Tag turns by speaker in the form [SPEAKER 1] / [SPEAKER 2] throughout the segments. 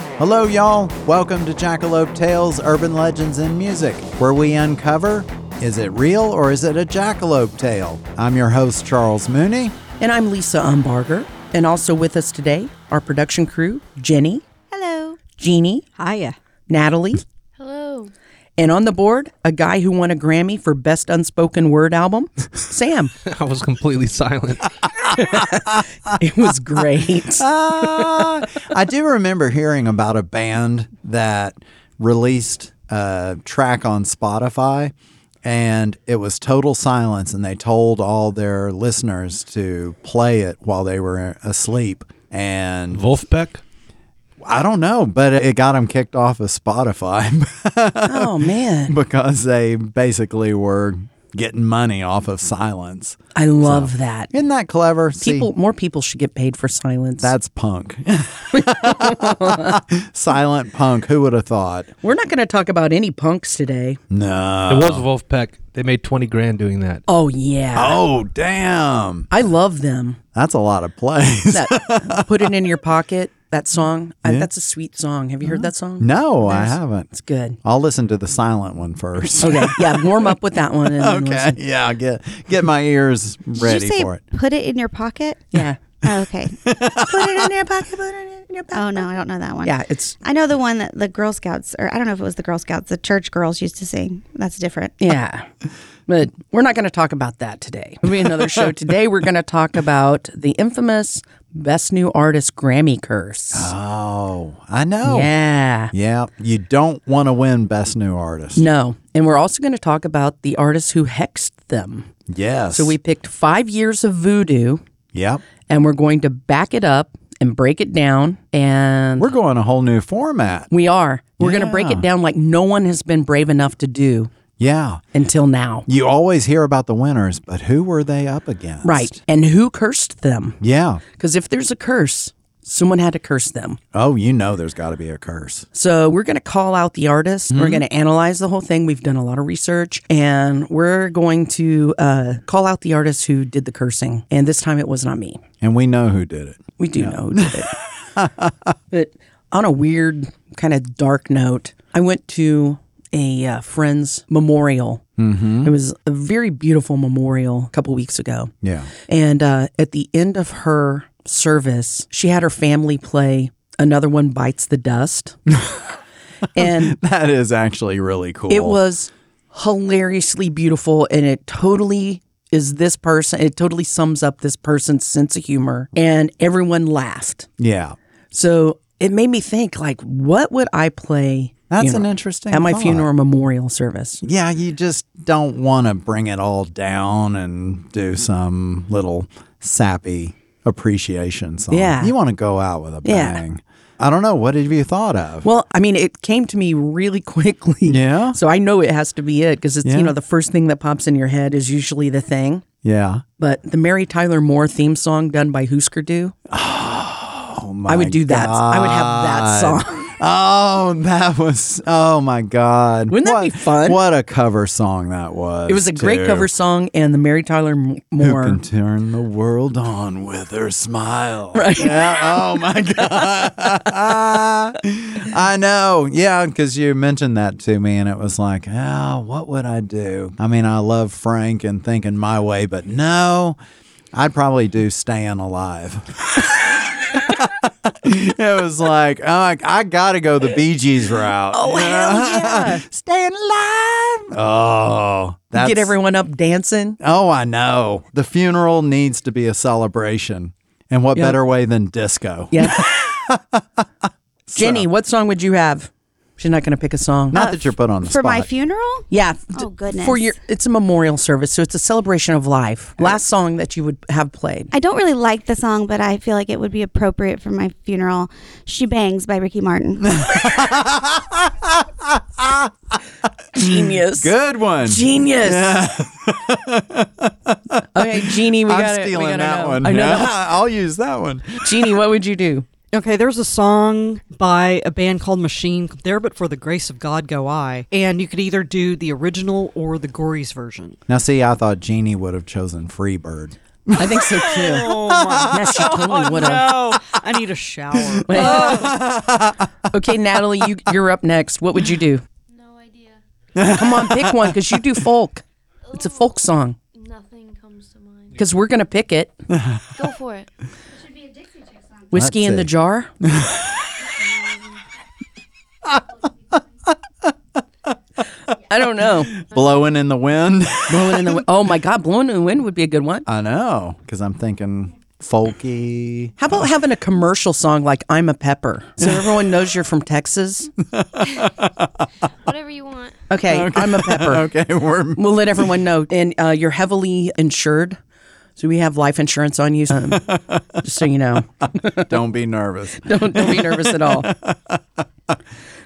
[SPEAKER 1] Hello, y'all. Welcome to Jackalope Tales Urban Legends and Music, where we uncover is it real or is it a jackalope tale? I'm your host, Charles Mooney.
[SPEAKER 2] And I'm Lisa Umbarger. And also with us today, our production crew, Jenny,
[SPEAKER 3] Hello.
[SPEAKER 2] Jeannie,
[SPEAKER 3] Hiya.
[SPEAKER 2] Natalie,
[SPEAKER 4] Hello.
[SPEAKER 2] and on the board, a guy who won a Grammy for Best Unspoken Word Album, Sam.
[SPEAKER 5] I was completely silent.
[SPEAKER 2] It was great.
[SPEAKER 1] Ah, I do remember hearing about a band that released a track on Spotify and it was total silence and they told all their listeners to play it while they were asleep and
[SPEAKER 5] Wolfbeck?
[SPEAKER 1] I don't know but it got them kicked off of Spotify
[SPEAKER 2] Oh, man.
[SPEAKER 1] because they basically were getting money off of silence.
[SPEAKER 2] I love that.
[SPEAKER 1] Isn't that clever? See,
[SPEAKER 2] People, more people should get paid for silence.
[SPEAKER 1] that's punk. Silent punk. Who would have thought?
[SPEAKER 2] We're not going to talk about any punks today.
[SPEAKER 1] No.
[SPEAKER 5] It was Wolfpack. They made 20 grand doing that.
[SPEAKER 2] Oh, yeah.
[SPEAKER 1] Oh, damn.
[SPEAKER 2] I love them.
[SPEAKER 1] That's a lot of plays.
[SPEAKER 2] That Put It In Your Pocket, that song. I, that's a sweet song. Have you heard that song?
[SPEAKER 1] Uh-huh. no, I haven't.
[SPEAKER 2] It's good.
[SPEAKER 1] I'll listen to the silent one first.
[SPEAKER 2] Okay. Yeah. Warm up with that one. And then
[SPEAKER 1] okay.
[SPEAKER 2] listen.
[SPEAKER 1] Yeah, I'll get get my ears ready
[SPEAKER 3] Did you say
[SPEAKER 1] for it.
[SPEAKER 3] put it in your pocket?
[SPEAKER 2] Yeah.
[SPEAKER 3] Oh, okay.
[SPEAKER 2] put it in your pocket. Put it in your pocket.
[SPEAKER 3] Oh no, I don't know that one.
[SPEAKER 2] Yeah, it's
[SPEAKER 3] I know the one that the Girl Scouts, or I don't know if it was the Girl Scouts, the church girls used to sing. That's different.
[SPEAKER 2] yeah. But we're not going to talk about that today. It'll be another show today. We're going to talk about the infamous Best New Artist Grammy curse.
[SPEAKER 1] Oh, I know.
[SPEAKER 2] Yeah.
[SPEAKER 1] Yeah, you don't want to win best new artist.
[SPEAKER 2] No. And we're also going to talk about the artists who hexed them.
[SPEAKER 1] Yes.
[SPEAKER 2] So we picked 5 years of voodoo
[SPEAKER 1] Yep.
[SPEAKER 2] and we're going to back it up and break it down and
[SPEAKER 1] We're going a whole new format.
[SPEAKER 2] we are. We're going to break it down like no one has been brave enough to do
[SPEAKER 1] Yeah.
[SPEAKER 2] until now.
[SPEAKER 1] You always hear about the winners, but who were they up against?
[SPEAKER 2] Right. And who cursed them?
[SPEAKER 1] Yeah.
[SPEAKER 2] Because if there's a curse, someone had to curse them.
[SPEAKER 1] Oh, you know there's got to be a curse.
[SPEAKER 2] So we're going to call out the artist. We're going to analyze the whole thing. We've done a lot of research and we're going to uh, call out the artist who did the cursing. And this time it was not me.
[SPEAKER 1] And we know who did it.
[SPEAKER 2] We do know who did it. but on a weird, kind of dark note, I went to a uh, friend's memorial. Mm-hmm. It was a very beautiful memorial a couple weeks ago.
[SPEAKER 1] Yeah.
[SPEAKER 2] And uh, at the end of her service, she had her family play Another One Bites the Dust. and
[SPEAKER 1] That is actually really cool.
[SPEAKER 2] it was hilariously beautiful. And it totally is this person, it totally sums up this person's sense of humor. And everyone laughed.
[SPEAKER 1] Yeah.
[SPEAKER 2] So it made me think, like, what would I play?
[SPEAKER 1] That's
[SPEAKER 2] you know,
[SPEAKER 1] an interesting
[SPEAKER 2] At my
[SPEAKER 1] thought.
[SPEAKER 2] funeral memorial service.
[SPEAKER 1] Yeah, you just don't want to bring it all down and do some little sappy appreciation song.
[SPEAKER 2] Yeah.
[SPEAKER 1] You want to go out with a
[SPEAKER 2] Yeah.
[SPEAKER 1] bang. I don't know. What have you thought of?
[SPEAKER 2] Well, I mean, it came to me really quickly.
[SPEAKER 1] Yeah.
[SPEAKER 2] So I know it has to be it because it's,
[SPEAKER 1] Yeah.
[SPEAKER 2] you know, the first thing that pops in your head is usually the thing.
[SPEAKER 1] yeah.
[SPEAKER 2] But the Mary Tyler Moore theme song done by Husker Du,
[SPEAKER 1] Oh my
[SPEAKER 2] I would do that. I would have
[SPEAKER 1] God.
[SPEAKER 2] that song.
[SPEAKER 1] Oh, that was oh my god!
[SPEAKER 2] Wouldn't that
[SPEAKER 1] what,
[SPEAKER 2] be fun?
[SPEAKER 1] What a cover song that was!
[SPEAKER 2] It was a great
[SPEAKER 1] too.
[SPEAKER 2] cover song, and the Mary Tyler M-
[SPEAKER 1] Who
[SPEAKER 2] Moore.
[SPEAKER 1] can turn the world on with her smile? Right? Yeah. Oh my god! I know. Yeah, because you mentioned that to me, and it was like, oh, what would I do? I mean, I love Frank and thinking my way, but no, I'd probably do staying alive. it was like, oh, I, I got to go the Bee Gees route. Oh,
[SPEAKER 2] yeah.
[SPEAKER 1] Staying alive. Oh, that's,
[SPEAKER 2] Get everyone up dancing.
[SPEAKER 1] Oh, I know. The funeral needs to be a celebration. And what
[SPEAKER 2] Yep.
[SPEAKER 1] better way than disco?
[SPEAKER 2] Yeah. Jenny, what song would you have? She's not going to pick a song.
[SPEAKER 1] Not that you're put on the
[SPEAKER 3] For
[SPEAKER 1] spot.
[SPEAKER 3] my funeral?
[SPEAKER 2] Yeah.
[SPEAKER 3] Oh, goodness.
[SPEAKER 2] For your, it's a memorial service, so it's a celebration of life. Last song that you would have played.
[SPEAKER 3] I don't really like the song, but I feel like it would be appropriate for my funeral. She Bangs by Ricky Martin.
[SPEAKER 2] Genius.
[SPEAKER 1] Good one.
[SPEAKER 2] Genius. okay, Jeannie, we
[SPEAKER 1] I'm
[SPEAKER 2] got
[SPEAKER 1] stealing
[SPEAKER 2] it.
[SPEAKER 1] that one.
[SPEAKER 2] I know.
[SPEAKER 1] Yeah,
[SPEAKER 2] that one.
[SPEAKER 1] I'll use that one.
[SPEAKER 2] Jeannie, what would you do?
[SPEAKER 6] Okay, there's a song by a band called Machine There But For the Grace of God Go I, and you could either do the original or the Gory's version.
[SPEAKER 1] Now, see, I thought Jeannie would have chosen Freebird.
[SPEAKER 2] I think so too.
[SPEAKER 6] Oh my
[SPEAKER 2] Yes, she totally would have.
[SPEAKER 6] no! I need a shower.
[SPEAKER 2] Oh, Wait.
[SPEAKER 1] Oh.
[SPEAKER 2] okay, Natalie, you, you're up next. What would you do?
[SPEAKER 4] No idea.
[SPEAKER 2] Come on, pick one because you do folk. It's a folk song
[SPEAKER 4] Nothing comes to mind.
[SPEAKER 2] because we're going to pick it.
[SPEAKER 4] Go for it.
[SPEAKER 3] should be a Dixie Chick song.
[SPEAKER 2] Whiskey
[SPEAKER 1] Let's
[SPEAKER 2] in the
[SPEAKER 1] see.
[SPEAKER 2] jar. I don't know.
[SPEAKER 1] Blowing in the wind.
[SPEAKER 2] Blowing in the wind. Oh my God, blowing in the wind would be a good one.
[SPEAKER 1] I know, because I'm thinking folky.
[SPEAKER 2] How about having a commercial song like "I'm a Pepper" so everyone knows you're from Texas?
[SPEAKER 4] Whatever you want.
[SPEAKER 2] Okay, I'm a Pepper.
[SPEAKER 1] Okay, we're
[SPEAKER 2] We'll let everyone know, and uh, you're heavily insured, so we have life insurance on you. Um, just so you know,
[SPEAKER 1] don't be nervous.
[SPEAKER 2] don't, don't be nervous at all.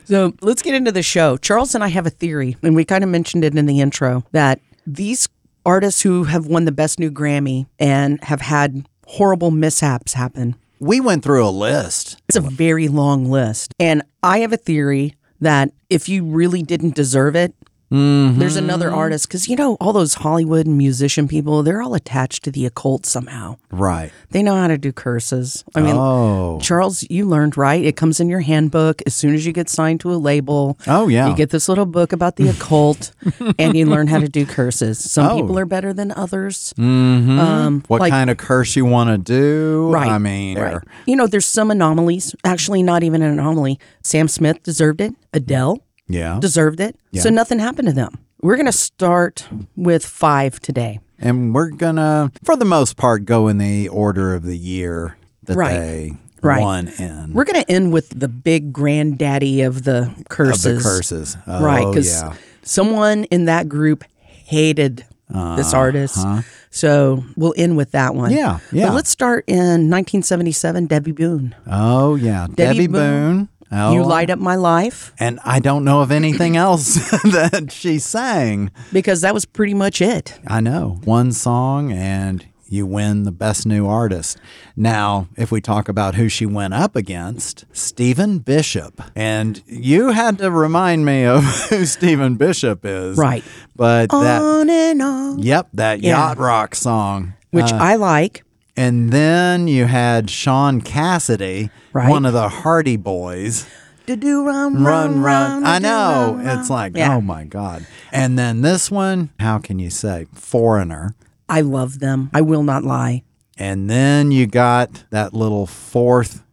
[SPEAKER 2] So let's get into the show. Charles and I have a theory, and we kind of mentioned it in the intro that these artists who have won the best new Grammy and have had horrible mishaps happen.
[SPEAKER 1] We went through a list.
[SPEAKER 2] It's a very long list. And I have a theory that if you really didn't deserve it, there's another artist. Because, you know, all those Hollywood musician people, they're all attached to the occult somehow.
[SPEAKER 1] Right.
[SPEAKER 2] They know how to do curses. I mean,
[SPEAKER 1] Oh.
[SPEAKER 2] Charles, you learned, right? It comes in your handbook as soon as you get signed to a label.
[SPEAKER 1] Oh, yeah.
[SPEAKER 2] You get this little book about the occult and you learn how to do curses. Some
[SPEAKER 1] Oh. Hmm?
[SPEAKER 2] people are better than others. Um,
[SPEAKER 1] What
[SPEAKER 2] like-
[SPEAKER 1] kind of curse you want to do?
[SPEAKER 2] Right.
[SPEAKER 1] I mean,
[SPEAKER 2] right. you know, there's some anomalies. Actually, not even an anomaly. Sam Smith deserved it. Adele
[SPEAKER 1] yeah.
[SPEAKER 2] deserved it. So nothing happened to them. We're going to start with five today.
[SPEAKER 1] and we're gonna, for the most part, go in the order of the year that
[SPEAKER 2] Right.
[SPEAKER 1] they
[SPEAKER 2] Right.
[SPEAKER 1] won in.
[SPEAKER 2] We're going to end with the big granddaddy of the
[SPEAKER 1] of
[SPEAKER 2] curses.
[SPEAKER 1] the curses. Oh,
[SPEAKER 2] right. Because
[SPEAKER 1] yeah.
[SPEAKER 2] someone in that group hated this artist. So we'll end with that one.
[SPEAKER 1] Uh-huh. Yeah, yeah.
[SPEAKER 2] But let's start in 1977, Debbie Boone.
[SPEAKER 1] Oh yeah. Debbie,
[SPEAKER 2] Debbie
[SPEAKER 1] Boone.
[SPEAKER 2] Boone,
[SPEAKER 1] Oh,
[SPEAKER 2] You Light Up My Life.
[SPEAKER 1] And I don't know of anything else that she sang.
[SPEAKER 2] Because that was pretty much it.
[SPEAKER 1] I know. One song and you win the best new artist. Now, if we talk about who she went up against, Stephen Bishop. And you had to remind me of who Stephen Bishop is.
[SPEAKER 2] Right. Oh,
[SPEAKER 1] But that
[SPEAKER 2] on and on.
[SPEAKER 1] Yep, that
[SPEAKER 2] Yeah.
[SPEAKER 1] yacht rock song.
[SPEAKER 2] which I like.
[SPEAKER 1] And then you had Sean Cassidy,
[SPEAKER 2] Right.
[SPEAKER 1] one of the Hardy Boys.
[SPEAKER 2] Do do run
[SPEAKER 1] Run,
[SPEAKER 2] run
[SPEAKER 1] run. I
[SPEAKER 2] do,
[SPEAKER 1] know.
[SPEAKER 2] run,
[SPEAKER 1] It's
[SPEAKER 2] run.
[SPEAKER 1] like,
[SPEAKER 2] Yeah.
[SPEAKER 1] oh my God. And then this one, how can you say? Foreigner.
[SPEAKER 2] I love them. I will not lie.
[SPEAKER 1] And then you got that little fourth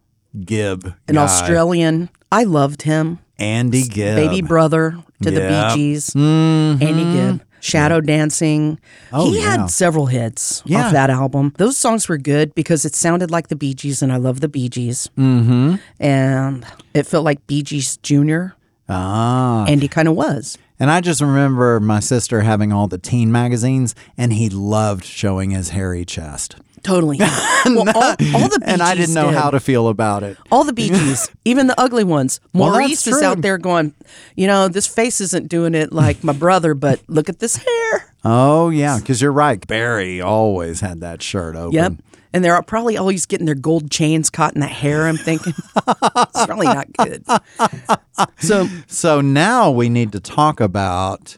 [SPEAKER 1] Gib.
[SPEAKER 2] An
[SPEAKER 1] guy,
[SPEAKER 2] Australian. I loved him.
[SPEAKER 1] Andy Gibb. Mm-hmm.
[SPEAKER 2] Baby brother to
[SPEAKER 1] Yeah.
[SPEAKER 2] the Bee Gees. Andy Gibb. Shadow Dancing.
[SPEAKER 1] Oh,
[SPEAKER 2] he
[SPEAKER 1] yeah.
[SPEAKER 2] had several hits
[SPEAKER 1] Yeah.
[SPEAKER 2] off that album. Those songs were good because it sounded like the Bee Gees, and I love the Bee Gees. Mm-hmm. And it felt like Bee Gees Jr.,
[SPEAKER 1] Ah.
[SPEAKER 2] and he kind of was.
[SPEAKER 1] And I just remember my sister having all the teen magazines, and he loved showing his hairy chest.
[SPEAKER 2] Totally. well, all, all the Bee
[SPEAKER 1] And I
[SPEAKER 2] Gees
[SPEAKER 1] didn't know
[SPEAKER 2] did.
[SPEAKER 1] how to feel about it.
[SPEAKER 2] All the Bee Gees, even the ugly ones.
[SPEAKER 1] Well, that's
[SPEAKER 2] Maurice is
[SPEAKER 1] true.
[SPEAKER 2] out there going, you know, this face isn't doing it like my brother, but look at this hair.
[SPEAKER 1] Oh, yeah, because you're right. Barry always had that shirt open.
[SPEAKER 2] Yep. And they're probably always getting their gold chains caught in that hair. I'm thinking, it's probably not good. So,
[SPEAKER 1] So now we need to talk about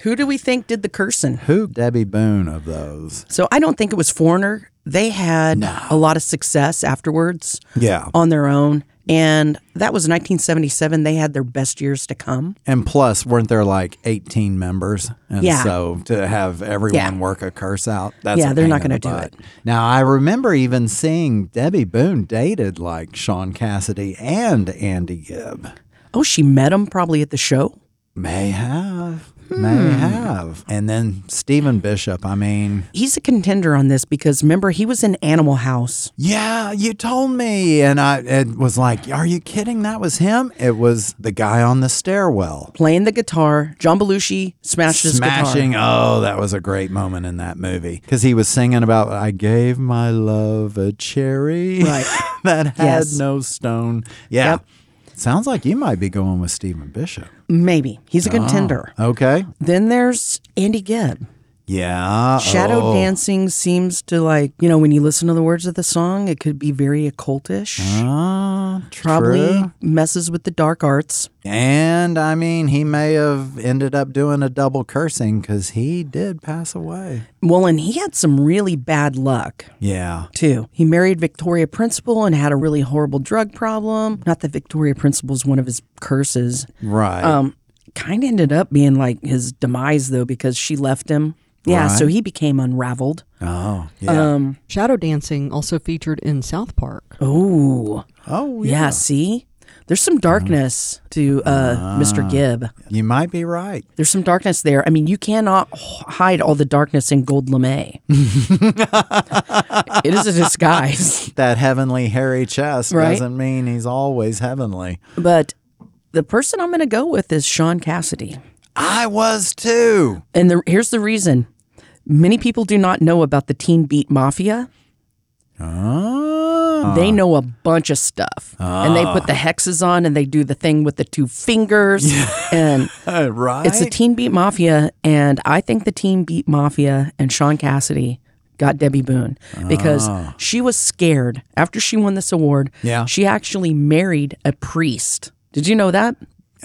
[SPEAKER 2] who do we think did the cursing?
[SPEAKER 1] who Debbie Boone of those.
[SPEAKER 2] So, I don't think it was Foreigner. They had a lot of success afterwards
[SPEAKER 1] Yeah.
[SPEAKER 2] on their own. And that was 1977. They had their best years to come.
[SPEAKER 1] And plus, weren't there like 18 members? And
[SPEAKER 2] Yeah.
[SPEAKER 1] so to have everyone
[SPEAKER 2] Yeah.
[SPEAKER 1] work a curse out, that's
[SPEAKER 2] Yeah,
[SPEAKER 1] a
[SPEAKER 2] they're
[SPEAKER 1] pain
[SPEAKER 2] not
[SPEAKER 1] in the
[SPEAKER 2] gonna do
[SPEAKER 1] butt. Now, I remember even seeing Debbie Boone dated like Sean Cassidy and Andy Gibb.
[SPEAKER 2] Oh, she met him probably at the show.
[SPEAKER 1] May have. May
[SPEAKER 2] Hmm.
[SPEAKER 1] have. And then Stephen Bishop. I mean,
[SPEAKER 2] he's a contender on this because remember he was in Animal House.
[SPEAKER 1] yeah, you told me. And I it was like, are you kidding? That was him? It was the guy on the stairwell.
[SPEAKER 2] Playing the guitar, John Belushi smashed his
[SPEAKER 1] smashing.
[SPEAKER 2] guitar.
[SPEAKER 1] Oh, that was a great moment in that movie because he was singing about I gave my love a cherry
[SPEAKER 2] Right.
[SPEAKER 1] that had
[SPEAKER 2] Yes.
[SPEAKER 1] no stone. Yeah.
[SPEAKER 2] Yep.
[SPEAKER 1] Sounds like you might be going with Stephen Bishop.
[SPEAKER 2] Maybe he's a contender.
[SPEAKER 1] Okay.
[SPEAKER 2] Then there's Andy Gibb.
[SPEAKER 1] Yeah.
[SPEAKER 2] Shadow
[SPEAKER 1] oh.
[SPEAKER 2] dancing seems to like, you know, when you listen to the words of the song, it could be very occultish.
[SPEAKER 1] Ah,
[SPEAKER 2] Probably
[SPEAKER 1] true.
[SPEAKER 2] messes with the dark arts.
[SPEAKER 1] And I mean, he may have ended up doing a double cursing because he did pass away.
[SPEAKER 2] Well, and he had some really bad luck.
[SPEAKER 1] Yeah.
[SPEAKER 2] too. He married Victoria Principal and had a really horrible drug problem. Not that Victoria Principal is one of his curses.
[SPEAKER 1] Right.
[SPEAKER 2] Um, kind of ended up being like his demise though because she left him. Yeah, so he became unraveled.
[SPEAKER 1] oh, yeah.
[SPEAKER 2] Um,
[SPEAKER 6] Shadow dancing also featured in South Park.
[SPEAKER 2] oh,
[SPEAKER 1] oh,
[SPEAKER 2] yeah.
[SPEAKER 1] yeah.
[SPEAKER 2] See, there's some darkness to uh,
[SPEAKER 1] Ah.
[SPEAKER 2] Mr. Gibb.
[SPEAKER 1] You might be right.
[SPEAKER 2] There's some darkness there. I mean, you cannot h- hide all the darkness in gold lame. it is a disguise.
[SPEAKER 1] That heavenly hairy chest
[SPEAKER 2] Right?
[SPEAKER 1] doesn't mean he's always heavenly.
[SPEAKER 2] But the person I'm going to go with is Sean Cassidy.
[SPEAKER 1] I was too.
[SPEAKER 2] And the, here's the reason many people do not know about the Teen Beat Mafia.
[SPEAKER 1] Oh.
[SPEAKER 2] They know a bunch of stuff. And they put the hexes on and they do the thing with the two fingers. And
[SPEAKER 1] right.
[SPEAKER 2] it's the Teen Beat Mafia. And I think the Teen Beat Mafia and Sean Cassidy got Debbie Boone because she was scared after she won this award.
[SPEAKER 1] Ah. Yeah.
[SPEAKER 2] She actually married a priest. Did you know that?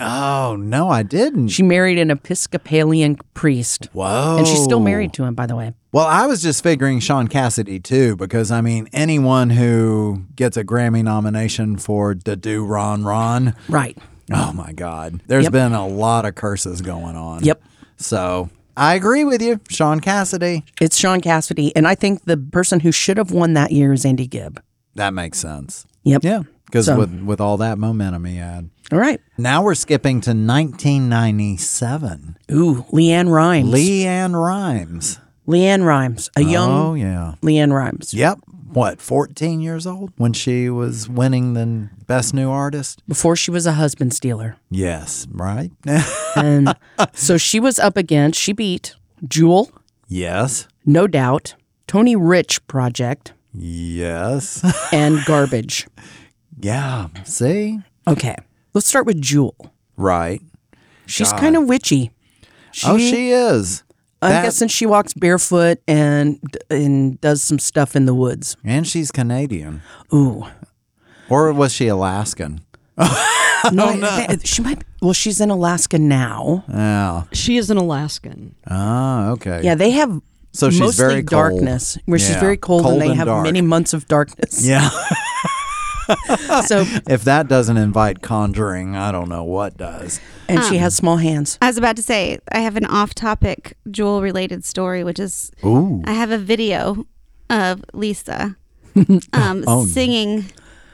[SPEAKER 1] oh, no, I didn't.
[SPEAKER 2] She married an Episcopalian priest.
[SPEAKER 1] Whoa.
[SPEAKER 2] And she's still married to him, by the way.
[SPEAKER 1] Well, I was just figuring Sean Cassidy too, because I mean, anyone who gets a Grammy nomination for Da Do Ron Ron,
[SPEAKER 2] Right.
[SPEAKER 1] oh my God, there's
[SPEAKER 2] Yep.
[SPEAKER 1] been a lot of curses going on.
[SPEAKER 2] Yep.
[SPEAKER 1] So I agree with you, Sean Cassidy.
[SPEAKER 2] It's Sean Cassidy, and I think the person who should have won that year is Andy Gibb.
[SPEAKER 1] That makes sense.
[SPEAKER 2] Yep.
[SPEAKER 1] Yeah, because
[SPEAKER 2] So-
[SPEAKER 1] with with all that momentum he had.
[SPEAKER 2] All right.
[SPEAKER 1] Now we're skipping to 1997.
[SPEAKER 2] Ooh, Leanne Rhymes.
[SPEAKER 1] Leanne Rhymes.
[SPEAKER 2] Leanne Rhymes, a
[SPEAKER 1] Oh
[SPEAKER 2] young
[SPEAKER 1] yeah.
[SPEAKER 2] Leanne Rhymes.
[SPEAKER 1] Yep. What? 14 years old when she was winning the Best New Artist.
[SPEAKER 2] Before she was a husband stealer.
[SPEAKER 1] Yes, right?
[SPEAKER 2] And so she was up against, she beat Jewel,
[SPEAKER 1] yes.
[SPEAKER 2] No Doubt, Tony Rich Project,
[SPEAKER 1] Yes.
[SPEAKER 2] and Garbage.
[SPEAKER 1] yeah. See?
[SPEAKER 2] Okay. Let's start with Jewel.
[SPEAKER 1] Right.
[SPEAKER 2] She's kind of witchy.
[SPEAKER 1] oh, she is.
[SPEAKER 2] I'm
[SPEAKER 1] That-
[SPEAKER 2] guessing she walks barefoot and and does some stuff in the woods.
[SPEAKER 1] And she's Canadian.
[SPEAKER 2] Ooh.
[SPEAKER 1] Or was she Alaskan?
[SPEAKER 2] No, I- I- she might. Well, she's in Alaska now.
[SPEAKER 1] Oh.
[SPEAKER 6] She is an Alaskan.
[SPEAKER 1] Oh, okay.
[SPEAKER 2] Yeah, they have
[SPEAKER 1] So she's
[SPEAKER 2] mostly
[SPEAKER 1] very cold.
[SPEAKER 2] darkness, where she's
[SPEAKER 1] Yeah.
[SPEAKER 2] very cold,
[SPEAKER 1] Cold
[SPEAKER 2] and they
[SPEAKER 1] and
[SPEAKER 2] have
[SPEAKER 1] dark.
[SPEAKER 2] many months of darkness.
[SPEAKER 1] Yeah.
[SPEAKER 2] So,
[SPEAKER 1] if that doesn't invite conjuring, I don't know what does.
[SPEAKER 2] and she has small hands.
[SPEAKER 3] I was about to say, I have an off topic jewel related story, which is
[SPEAKER 1] Ooh.
[SPEAKER 3] I have a video of Lisa um, singing.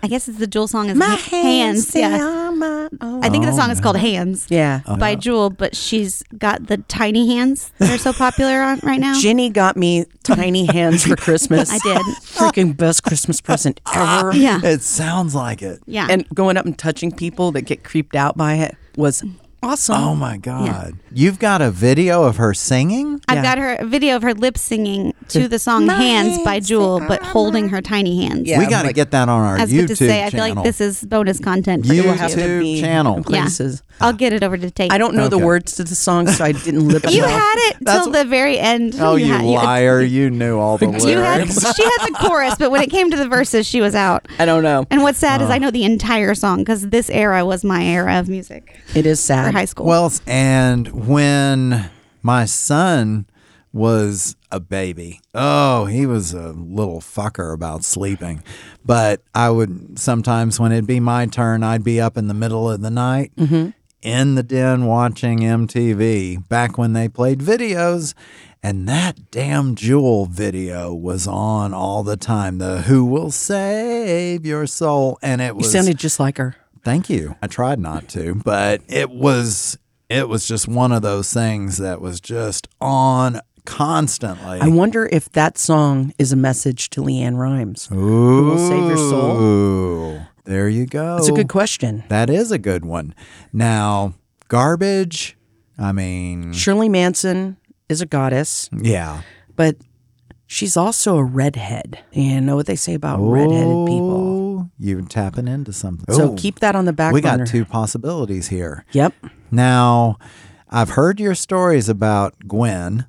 [SPEAKER 3] I guess it's the Jewel song is
[SPEAKER 2] My
[SPEAKER 3] Ha-
[SPEAKER 2] hands, they
[SPEAKER 3] Yeah,
[SPEAKER 2] are my own.
[SPEAKER 3] I think the song is called Hands.
[SPEAKER 2] Yeah.
[SPEAKER 3] By Jewel, but she's got the tiny hands that are so popular on right now.
[SPEAKER 2] Jenny got me tiny hands for Christmas.
[SPEAKER 3] I did.
[SPEAKER 2] Freaking best Christmas present ever.
[SPEAKER 3] Yeah,
[SPEAKER 1] It sounds like it.
[SPEAKER 3] yeah.
[SPEAKER 2] And going up and touching people that get creeped out by it was awesome.
[SPEAKER 1] Oh, my God. You've got a video of her singing?
[SPEAKER 2] yeah.
[SPEAKER 3] I've got her a video of her lip singing to the song "Hands" by Jewel, but holding her tiny hands.
[SPEAKER 2] Yeah,
[SPEAKER 1] we
[SPEAKER 2] I'm
[SPEAKER 1] got to
[SPEAKER 2] like-
[SPEAKER 1] get that on our
[SPEAKER 3] I was
[SPEAKER 1] YouTube
[SPEAKER 3] about to say, I
[SPEAKER 1] channel.
[SPEAKER 3] feel like this is bonus content for
[SPEAKER 1] You
[SPEAKER 3] you.
[SPEAKER 2] It happened to
[SPEAKER 1] YouTube
[SPEAKER 2] be
[SPEAKER 1] channel.
[SPEAKER 2] in Places.
[SPEAKER 3] I'll get it over to Tate.
[SPEAKER 2] I don't know the
[SPEAKER 1] Okay.
[SPEAKER 2] words to the song, so I didn't lip.
[SPEAKER 3] You
[SPEAKER 2] sync.
[SPEAKER 3] had it till the very end.
[SPEAKER 1] Oh, you
[SPEAKER 3] had-
[SPEAKER 1] liar. You knew all the lyrics.
[SPEAKER 3] You had, she had the chorus, but when it came to the verses, she was out.
[SPEAKER 2] I don't know.
[SPEAKER 3] And what's sad is I know the entire song because this era was my era of music
[SPEAKER 2] It is
[SPEAKER 3] for
[SPEAKER 2] sad.
[SPEAKER 3] high school.
[SPEAKER 1] Well, s- and when my son was a baby, oh, he was a little fucker about sleeping. But I would sometimes, when it'd be my turn, I'd be up in the middle of the night in the den watching MTV back when they played videos. And that damn Jewel video was on all the time. The Who Will Save Your Soul. And it
[SPEAKER 2] You
[SPEAKER 1] was.
[SPEAKER 2] sounded just like her.
[SPEAKER 1] Thank you. I tried not to, but it was it was just one of those things that was just on constantly.
[SPEAKER 2] I wonder if that song is a message to Leanne Rhymes.
[SPEAKER 1] Ooh,
[SPEAKER 2] will save your soul?
[SPEAKER 1] There you go.
[SPEAKER 2] That's a
[SPEAKER 3] Oh.
[SPEAKER 2] good question.
[SPEAKER 1] That is a good one. Now, garbage. I mean,
[SPEAKER 3] Hmm.
[SPEAKER 2] Shirley Manson is a goddess,
[SPEAKER 1] yeah.
[SPEAKER 2] but she's also a redhead. You know what they say about redheaded people.
[SPEAKER 1] Oh, You're tapping into something.
[SPEAKER 2] So
[SPEAKER 1] Ooh,
[SPEAKER 2] keep that on the back
[SPEAKER 1] Oh. We
[SPEAKER 2] burner.
[SPEAKER 1] got two possibilities here.
[SPEAKER 2] Yep.
[SPEAKER 1] Now, I've heard your stories about Gwen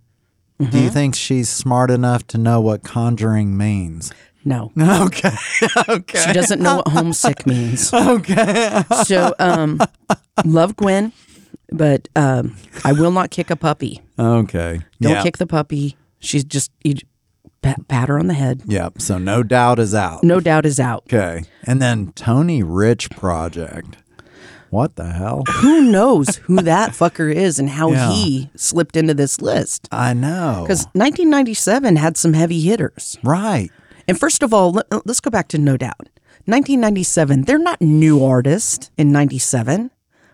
[SPEAKER 1] Do you think she's smart enough to know what conjuring means?
[SPEAKER 2] No,
[SPEAKER 1] Okay.
[SPEAKER 2] she doesn't know what homesick means.
[SPEAKER 1] Okay.
[SPEAKER 2] So, um, love Gwen, but um, I will not kick a puppy.
[SPEAKER 1] Okay.
[SPEAKER 2] Don't
[SPEAKER 1] yeah.
[SPEAKER 2] kick the puppy. She's just you, j- pat, pat her on the head.
[SPEAKER 1] Yeah. So no doubt is out.
[SPEAKER 2] No doubt is out.
[SPEAKER 1] Okay. And then Tony Rich Project. What the hell?
[SPEAKER 2] Who knows who that fucker is and how
[SPEAKER 1] Yeah. Oh.
[SPEAKER 2] he slipped into this list?
[SPEAKER 1] I know.
[SPEAKER 2] Because 1997 had some heavy hitters.
[SPEAKER 1] Right.
[SPEAKER 2] And first of all, let, us go back to No Doubt. 1997, they're not new artists in 97.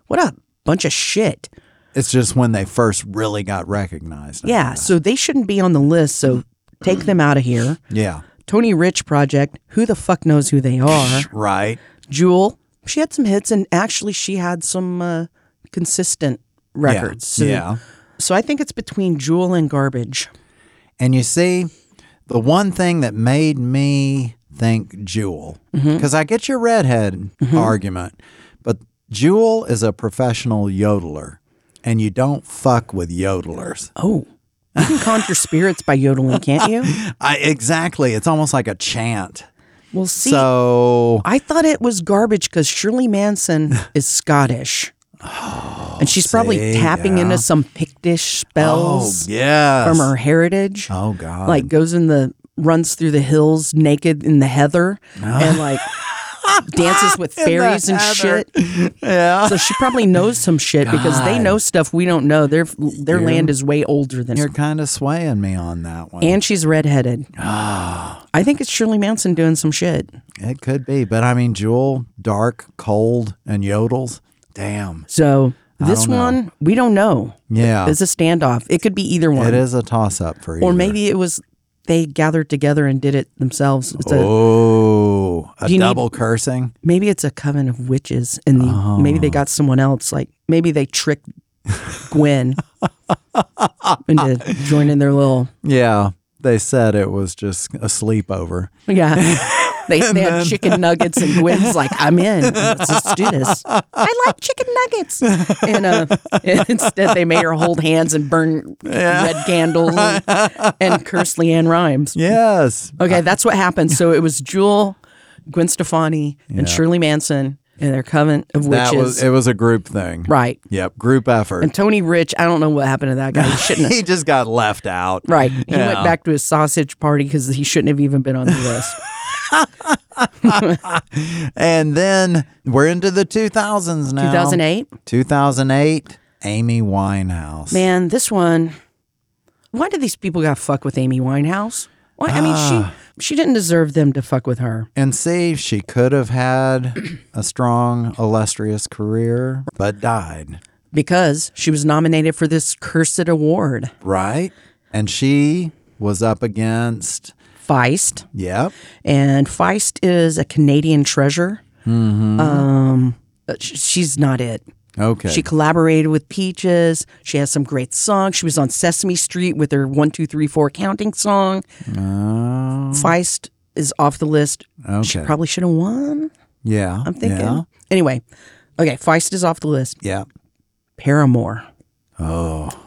[SPEAKER 2] What a bunch of shit.
[SPEAKER 1] It's just when they first really got recognized. I
[SPEAKER 2] Yeah,
[SPEAKER 1] guess.
[SPEAKER 2] so they shouldn't be on the list, so take them out of here.
[SPEAKER 1] Yeah.
[SPEAKER 2] Tony Rich Project, who the fuck knows who they are?
[SPEAKER 1] Right.
[SPEAKER 2] Jewel, she had some hits, and actually, she had some uh, consistent records.
[SPEAKER 1] Yeah.
[SPEAKER 2] So,
[SPEAKER 1] yeah.
[SPEAKER 2] so I think it's between Jewel and Garbage.
[SPEAKER 1] And you see, the one thing that made me think Jewel,
[SPEAKER 2] Mm-hmm.
[SPEAKER 1] because I get your redhead argument, but Jewel is a professional yodeler, and you don't fuck with yodelers.
[SPEAKER 2] Oh, you can conjure spirits by yodeling, can't you?
[SPEAKER 1] I, exactly. It's almost like a chant.
[SPEAKER 2] Well, see,
[SPEAKER 1] so
[SPEAKER 2] I thought it was garbage because Shirley Manson is Scottish. and she's probably
[SPEAKER 1] Oh, see,
[SPEAKER 2] tapping
[SPEAKER 1] yeah.
[SPEAKER 2] into some Pictish spells
[SPEAKER 1] oh yes.
[SPEAKER 2] from her heritage.
[SPEAKER 1] Oh god.
[SPEAKER 2] Like goes in the runs through the hills naked in the heather
[SPEAKER 1] Uh-huh.
[SPEAKER 2] and like dances with fairies and
[SPEAKER 1] heather.
[SPEAKER 2] shit. Yeah. So she probably knows some shit because they know stuff we don't know. Their their land is way older than
[SPEAKER 1] you're
[SPEAKER 2] us.
[SPEAKER 1] kind of swaying me on that one.
[SPEAKER 2] And she's redheaded.
[SPEAKER 1] Ah.
[SPEAKER 2] I think it's Shirley Manson doing some shit.
[SPEAKER 1] it could be, but I mean, Jewel, dark, cold, and yodels. Damn.
[SPEAKER 2] So this
[SPEAKER 1] don't know.
[SPEAKER 2] one, we don't know.
[SPEAKER 1] Yeah.
[SPEAKER 2] It's a standoff. It could be either one.
[SPEAKER 1] It is a toss up for you.
[SPEAKER 2] Or maybe it was they gathered together and did it themselves. It's a,
[SPEAKER 1] Oh, a
[SPEAKER 2] Do you need-
[SPEAKER 1] double cursing?
[SPEAKER 2] maybe it's a coven of witches and the,
[SPEAKER 1] Oh.
[SPEAKER 2] maybe they got someone else. Like maybe they tricked Gwen into joining their little
[SPEAKER 1] Yeah. They said it was just a sleepover.
[SPEAKER 2] Yeah. They, they had chicken nuggets and Gwen's like, I'm in. Let's just do this. I like chicken nuggets. And, uh, instead, they made her hold hands and burn red candles and, and curse Leanne Rhymes.
[SPEAKER 1] Yes.
[SPEAKER 2] Okay, that's what happened. So it was Jewel, Gwen Stefani, and Shirley Manson and their coven of witches.
[SPEAKER 1] That was it was a group thing.
[SPEAKER 2] right.
[SPEAKER 1] Yep, group effort.
[SPEAKER 2] And Tony Rich, I don't know what happened to that guy. He shouldn't have.
[SPEAKER 1] he just got left out.
[SPEAKER 2] Right. He
[SPEAKER 1] Yeah.
[SPEAKER 2] went back to his sausage party because he shouldn't have even been on the list.
[SPEAKER 1] And then we're into the 2000s now.
[SPEAKER 2] 2008.
[SPEAKER 1] 2008, Amy Winehouse.
[SPEAKER 2] Man, this one. Why do these people got to fuck with Amy Winehouse? Why? I mean,
[SPEAKER 1] Ah.
[SPEAKER 2] she she didn't deserve them to fuck with her.
[SPEAKER 1] And see, she could have had a strong, illustrious career, but died,
[SPEAKER 2] Because she was nominated for this cursed award,
[SPEAKER 1] right? And she was up against,
[SPEAKER 2] Feist,
[SPEAKER 1] yep,
[SPEAKER 2] and Feist is a Canadian treasure.
[SPEAKER 1] Mm-hmm.
[SPEAKER 2] Um, but sh- she's not it.
[SPEAKER 1] okay.
[SPEAKER 2] She collaborated with Peaches. She has some great songs. She was on Sesame Street with her one, two, three, four counting song. Feist is off the list. She
[SPEAKER 1] Oh. Okay.
[SPEAKER 2] probably should have won.
[SPEAKER 1] yeah.
[SPEAKER 2] I'm thinking.
[SPEAKER 1] Yeah.
[SPEAKER 2] Anyway, okay, Feist is off the list.
[SPEAKER 1] yeah.
[SPEAKER 2] Paramore.
[SPEAKER 1] That's,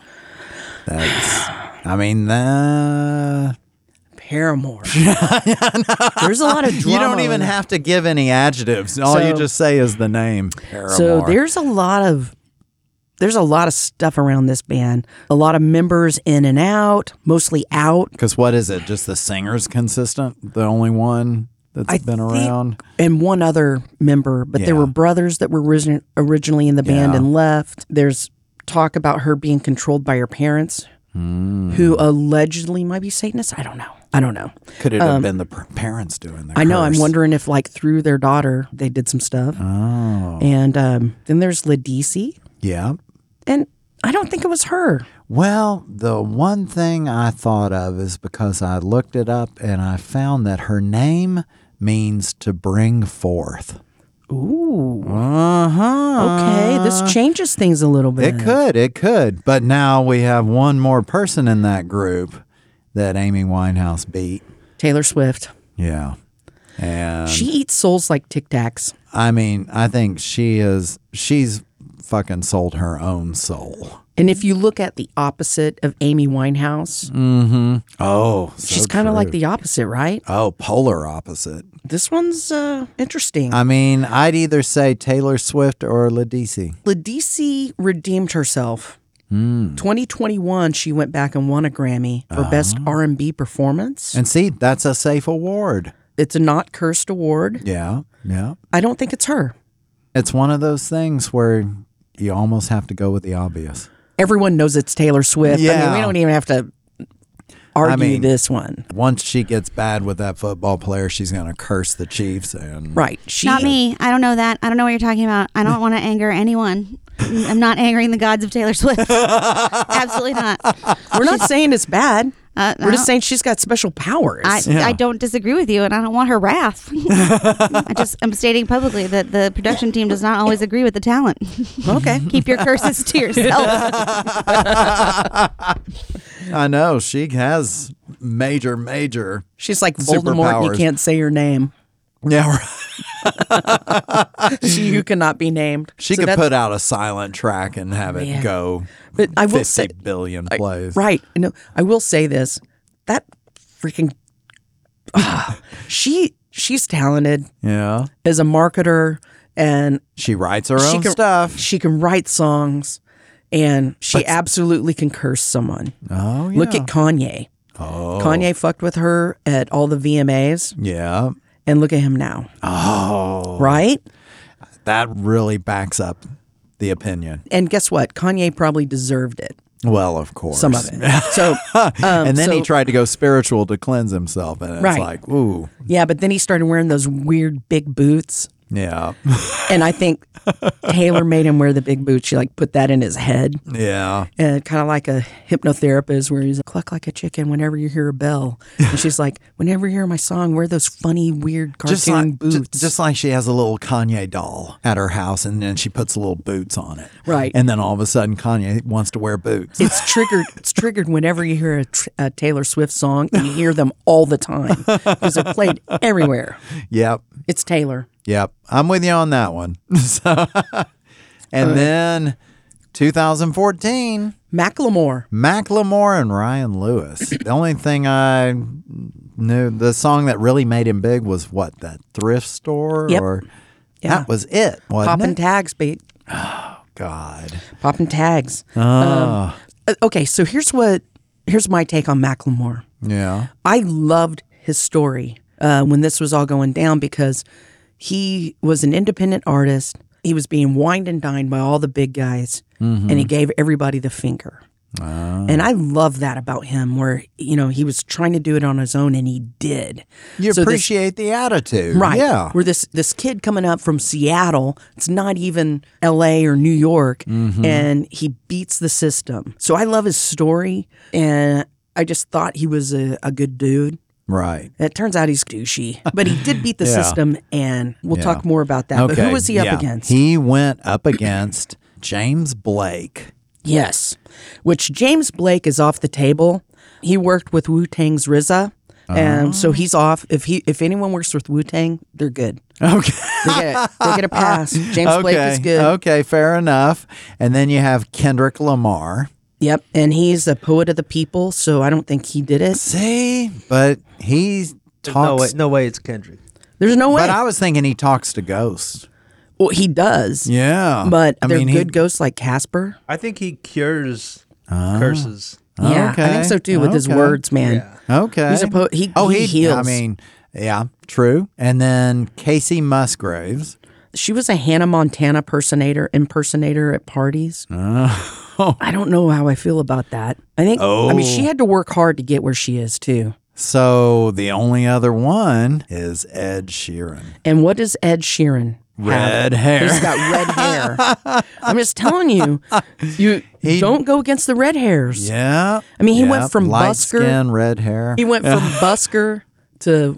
[SPEAKER 1] I mean, that.
[SPEAKER 2] Paramore. There's a lot of drama.
[SPEAKER 1] You don't even
[SPEAKER 2] in that.
[SPEAKER 1] have to give any adjectives. All you
[SPEAKER 2] So-
[SPEAKER 1] just say is the name.
[SPEAKER 2] So
[SPEAKER 1] Paramore.
[SPEAKER 2] there's a lot of there's a lot of stuff around this band. A lot of members in and out, mostly out.
[SPEAKER 1] Because what is it? Just the singer's consistent? The only one that's
[SPEAKER 2] I
[SPEAKER 1] been
[SPEAKER 2] think-
[SPEAKER 1] around?
[SPEAKER 2] And one other member, but there
[SPEAKER 1] Yeah.
[SPEAKER 2] were brothers that were origin- originally in the band
[SPEAKER 1] Yeah.
[SPEAKER 2] and left. There's talk about her being controlled by her parents,
[SPEAKER 1] Hmm.
[SPEAKER 2] who allegedly might be Satanists. I don't know. I don't know.
[SPEAKER 1] Could it have been the p- parents doing that?
[SPEAKER 2] um, I know. I'm wondering if, like, through their daughter, they did some stuff.
[SPEAKER 1] Oh.
[SPEAKER 2] And um, then there's Ladisi,
[SPEAKER 1] Yeah.
[SPEAKER 2] and I don't think it was her.
[SPEAKER 1] Well, the one thing I thought of is because I looked it up and I found that her name means to bring forth.
[SPEAKER 2] Ooh.
[SPEAKER 1] Uh huh.
[SPEAKER 2] Okay, this changes things a little bit.
[SPEAKER 1] It could, it could. But now we have one more person in that group that Amy Winehouse beat.
[SPEAKER 2] Taylor Swift.
[SPEAKER 1] Yeah. And
[SPEAKER 2] she eats souls like Tic Tacs.
[SPEAKER 1] I mean, I think she is she's fucking sold her own soul.
[SPEAKER 2] And if you look at the opposite of Amy Winehouse,
[SPEAKER 1] Oh, so
[SPEAKER 2] Mm-hmm. she's kind of
[SPEAKER 1] true.
[SPEAKER 2] like the opposite, right?
[SPEAKER 1] oh polar opposite.
[SPEAKER 2] This one's uh, interesting.
[SPEAKER 1] I mean, I'd either say Taylor Swift or Ladisi.
[SPEAKER 2] Ladisi redeemed herself. Hmm. 2021, she went back and won a Grammy for Best R&B Performance.
[SPEAKER 1] Uh-huh. And see, that's a safe award.
[SPEAKER 2] it's a not cursed award.
[SPEAKER 1] Yeah, yeah.
[SPEAKER 2] I don't think it's her.
[SPEAKER 1] It's one of those things where you almost have to go with the obvious.
[SPEAKER 2] Everyone knows it's Taylor Swift. I mean,
[SPEAKER 1] Yeah.
[SPEAKER 2] we don't even have to argue
[SPEAKER 1] mean-
[SPEAKER 2] this one.
[SPEAKER 1] Once she gets bad with that football player, she's going to curse the Chiefs and
[SPEAKER 2] Right. She
[SPEAKER 3] Not me. I don't know that. I don't know what you're talking about. I don't want to anger anyone. I'm not angering the gods of Taylor Swift. Absolutely not.
[SPEAKER 2] We're not saying it's bad.
[SPEAKER 3] Uh,
[SPEAKER 2] We're just
[SPEAKER 3] I
[SPEAKER 2] saying she's got special powers.
[SPEAKER 3] don't- I, I don't disagree with you, and I don't want her wrath. I just am stating publicly that the production team does not always agree with the talent.
[SPEAKER 2] okay.
[SPEAKER 3] Keep your curses to yourself.
[SPEAKER 1] I know she has major, major.
[SPEAKER 2] She's like Voldemort. You
[SPEAKER 1] Superpowers.
[SPEAKER 2] can't say her name.
[SPEAKER 1] Yeah, right.
[SPEAKER 2] She who cannot be named.
[SPEAKER 1] she
[SPEAKER 2] So
[SPEAKER 1] could
[SPEAKER 2] that's-
[SPEAKER 1] put out a silent track and have
[SPEAKER 2] Man.
[SPEAKER 1] it go
[SPEAKER 2] But I will say,
[SPEAKER 1] fifty billion plays.
[SPEAKER 2] right? No, I will say this. That freaking Ah, she she's talented
[SPEAKER 1] Yeah,
[SPEAKER 2] as a marketer, and
[SPEAKER 1] she writes her
[SPEAKER 2] she
[SPEAKER 1] own
[SPEAKER 2] can
[SPEAKER 1] stuff.
[SPEAKER 2] she can write songs, and she absolutely can curse someone.
[SPEAKER 1] Oh, yeah.
[SPEAKER 2] Look at Kanye.
[SPEAKER 1] oh,
[SPEAKER 2] Kanye fucked with her at all the VMAs,
[SPEAKER 1] yeah.
[SPEAKER 2] and look at him now,
[SPEAKER 1] Oh,
[SPEAKER 2] right?
[SPEAKER 1] that really backs up the opinion.
[SPEAKER 2] And guess what? Kanye probably deserved it.
[SPEAKER 1] Well, of course,
[SPEAKER 2] Some of it. So, um,
[SPEAKER 1] and then
[SPEAKER 2] so-
[SPEAKER 1] he tried to go spiritual to cleanse himself, and it's
[SPEAKER 2] Right.
[SPEAKER 1] like, ooh,
[SPEAKER 2] Yeah, but then he started wearing those weird big boots.
[SPEAKER 1] yeah,
[SPEAKER 2] And I think Taylor made him wear the big boots. She like put that in his head.
[SPEAKER 1] yeah.
[SPEAKER 2] And kind of like a hypnotherapist where he's like, cluck like a chicken whenever you hear a bell. And she's like, whenever you hear my song, wear those funny, weird cartoon
[SPEAKER 1] Just like, ju-
[SPEAKER 2] boots.
[SPEAKER 1] Just, like she has a little Kanye doll at her house, and then she puts little boots on it.
[SPEAKER 2] Right.
[SPEAKER 1] And then all of a sudden, Kanye wants to wear boots.
[SPEAKER 2] it's triggered. It's triggered whenever you hear a, tr- a Taylor Swift song and you hear them all the time because they're played everywhere.
[SPEAKER 1] yep.
[SPEAKER 2] It's Taylor.
[SPEAKER 1] Yep. I'm with you on that one. So- and then 2014,
[SPEAKER 2] Macklemore.
[SPEAKER 1] Macklemore and Ryan Lewis. the only thing I knew, the song that really made him big was what, that thrift store?
[SPEAKER 2] Yep.
[SPEAKER 1] Or
[SPEAKER 2] Yeah.
[SPEAKER 1] that was it, wasn't
[SPEAKER 2] Popping
[SPEAKER 1] it?
[SPEAKER 2] tags, babe.
[SPEAKER 1] God.
[SPEAKER 2] Popping tags. Um, uh, okay, so here's what here's my take on Macklemore.
[SPEAKER 1] Yeah.
[SPEAKER 2] I loved his story uh, when this was all going down because he was an independent artist. He was being wined and dined by all the big guys, and he gave everybody the finger. And I love that about him, where you know he was trying to do it on his own, and he did.
[SPEAKER 1] You
[SPEAKER 2] So this-
[SPEAKER 1] appreciate the attitude.
[SPEAKER 2] Right.
[SPEAKER 1] Yeah.
[SPEAKER 2] Where this this kid coming up from Seattle, it's not even LA or New York,
[SPEAKER 1] Mm-hmm.
[SPEAKER 2] and he beats the system. So I love his story and I just thought he was a, a good dude.
[SPEAKER 1] Right.
[SPEAKER 2] It turns out he's douchey, but he did beat the
[SPEAKER 1] Yeah.
[SPEAKER 2] system, and we'll
[SPEAKER 1] Yeah.
[SPEAKER 2] talk more about that. But who was he up
[SPEAKER 1] yeah.
[SPEAKER 2] against?
[SPEAKER 1] He went up against James Blake.
[SPEAKER 2] yes, which James Blake is off the table. He worked with Wu Tang's RZA, and
[SPEAKER 1] Oh.
[SPEAKER 2] so he's off. If he if anyone works with Wu Tang, they're good.
[SPEAKER 1] Okay.
[SPEAKER 2] They get, they get a pass. James
[SPEAKER 1] okay.
[SPEAKER 2] Blake is good.
[SPEAKER 1] Okay, fair enough. And then you have Kendrick Lamar.
[SPEAKER 2] Yep, and he's a poet of the people, so I don't think he did it.
[SPEAKER 1] See, but he
[SPEAKER 5] No way,
[SPEAKER 1] talks.
[SPEAKER 5] no way, it's Kendrick.
[SPEAKER 2] There's no way.
[SPEAKER 1] but I was thinking he talks to ghosts.
[SPEAKER 2] well, he does.
[SPEAKER 1] Yeah,
[SPEAKER 2] But
[SPEAKER 1] I
[SPEAKER 2] they're
[SPEAKER 1] mean, he-
[SPEAKER 2] good ghosts like Casper.
[SPEAKER 5] I think he cures
[SPEAKER 1] Ah.
[SPEAKER 5] curses.
[SPEAKER 2] yeah, I think
[SPEAKER 1] okay,
[SPEAKER 2] so too with his
[SPEAKER 1] okay.
[SPEAKER 2] words, man.
[SPEAKER 1] Okay,
[SPEAKER 2] He's a po- he-
[SPEAKER 1] oh,
[SPEAKER 2] he
[SPEAKER 1] he, I
[SPEAKER 2] heals.
[SPEAKER 1] mean, yeah, true. And then Casey Musgraves.
[SPEAKER 2] She was a Hannah Montana personator impersonator at parties.
[SPEAKER 1] Oh.
[SPEAKER 2] I don't know how I feel about that. I think I mean she had to work hard to get where she is too.
[SPEAKER 1] So the only other one is Ed Sheeran.
[SPEAKER 2] And what does Ed Sheeran
[SPEAKER 1] Red
[SPEAKER 2] have?
[SPEAKER 1] hair.
[SPEAKER 2] He's got red hair. I'm just telling you, you don't go against the red hairs.
[SPEAKER 1] Yeah.
[SPEAKER 2] I mean, he
[SPEAKER 1] yeah.
[SPEAKER 2] went from
[SPEAKER 1] light
[SPEAKER 2] busker-
[SPEAKER 1] skin, red hair.
[SPEAKER 2] He went from busker to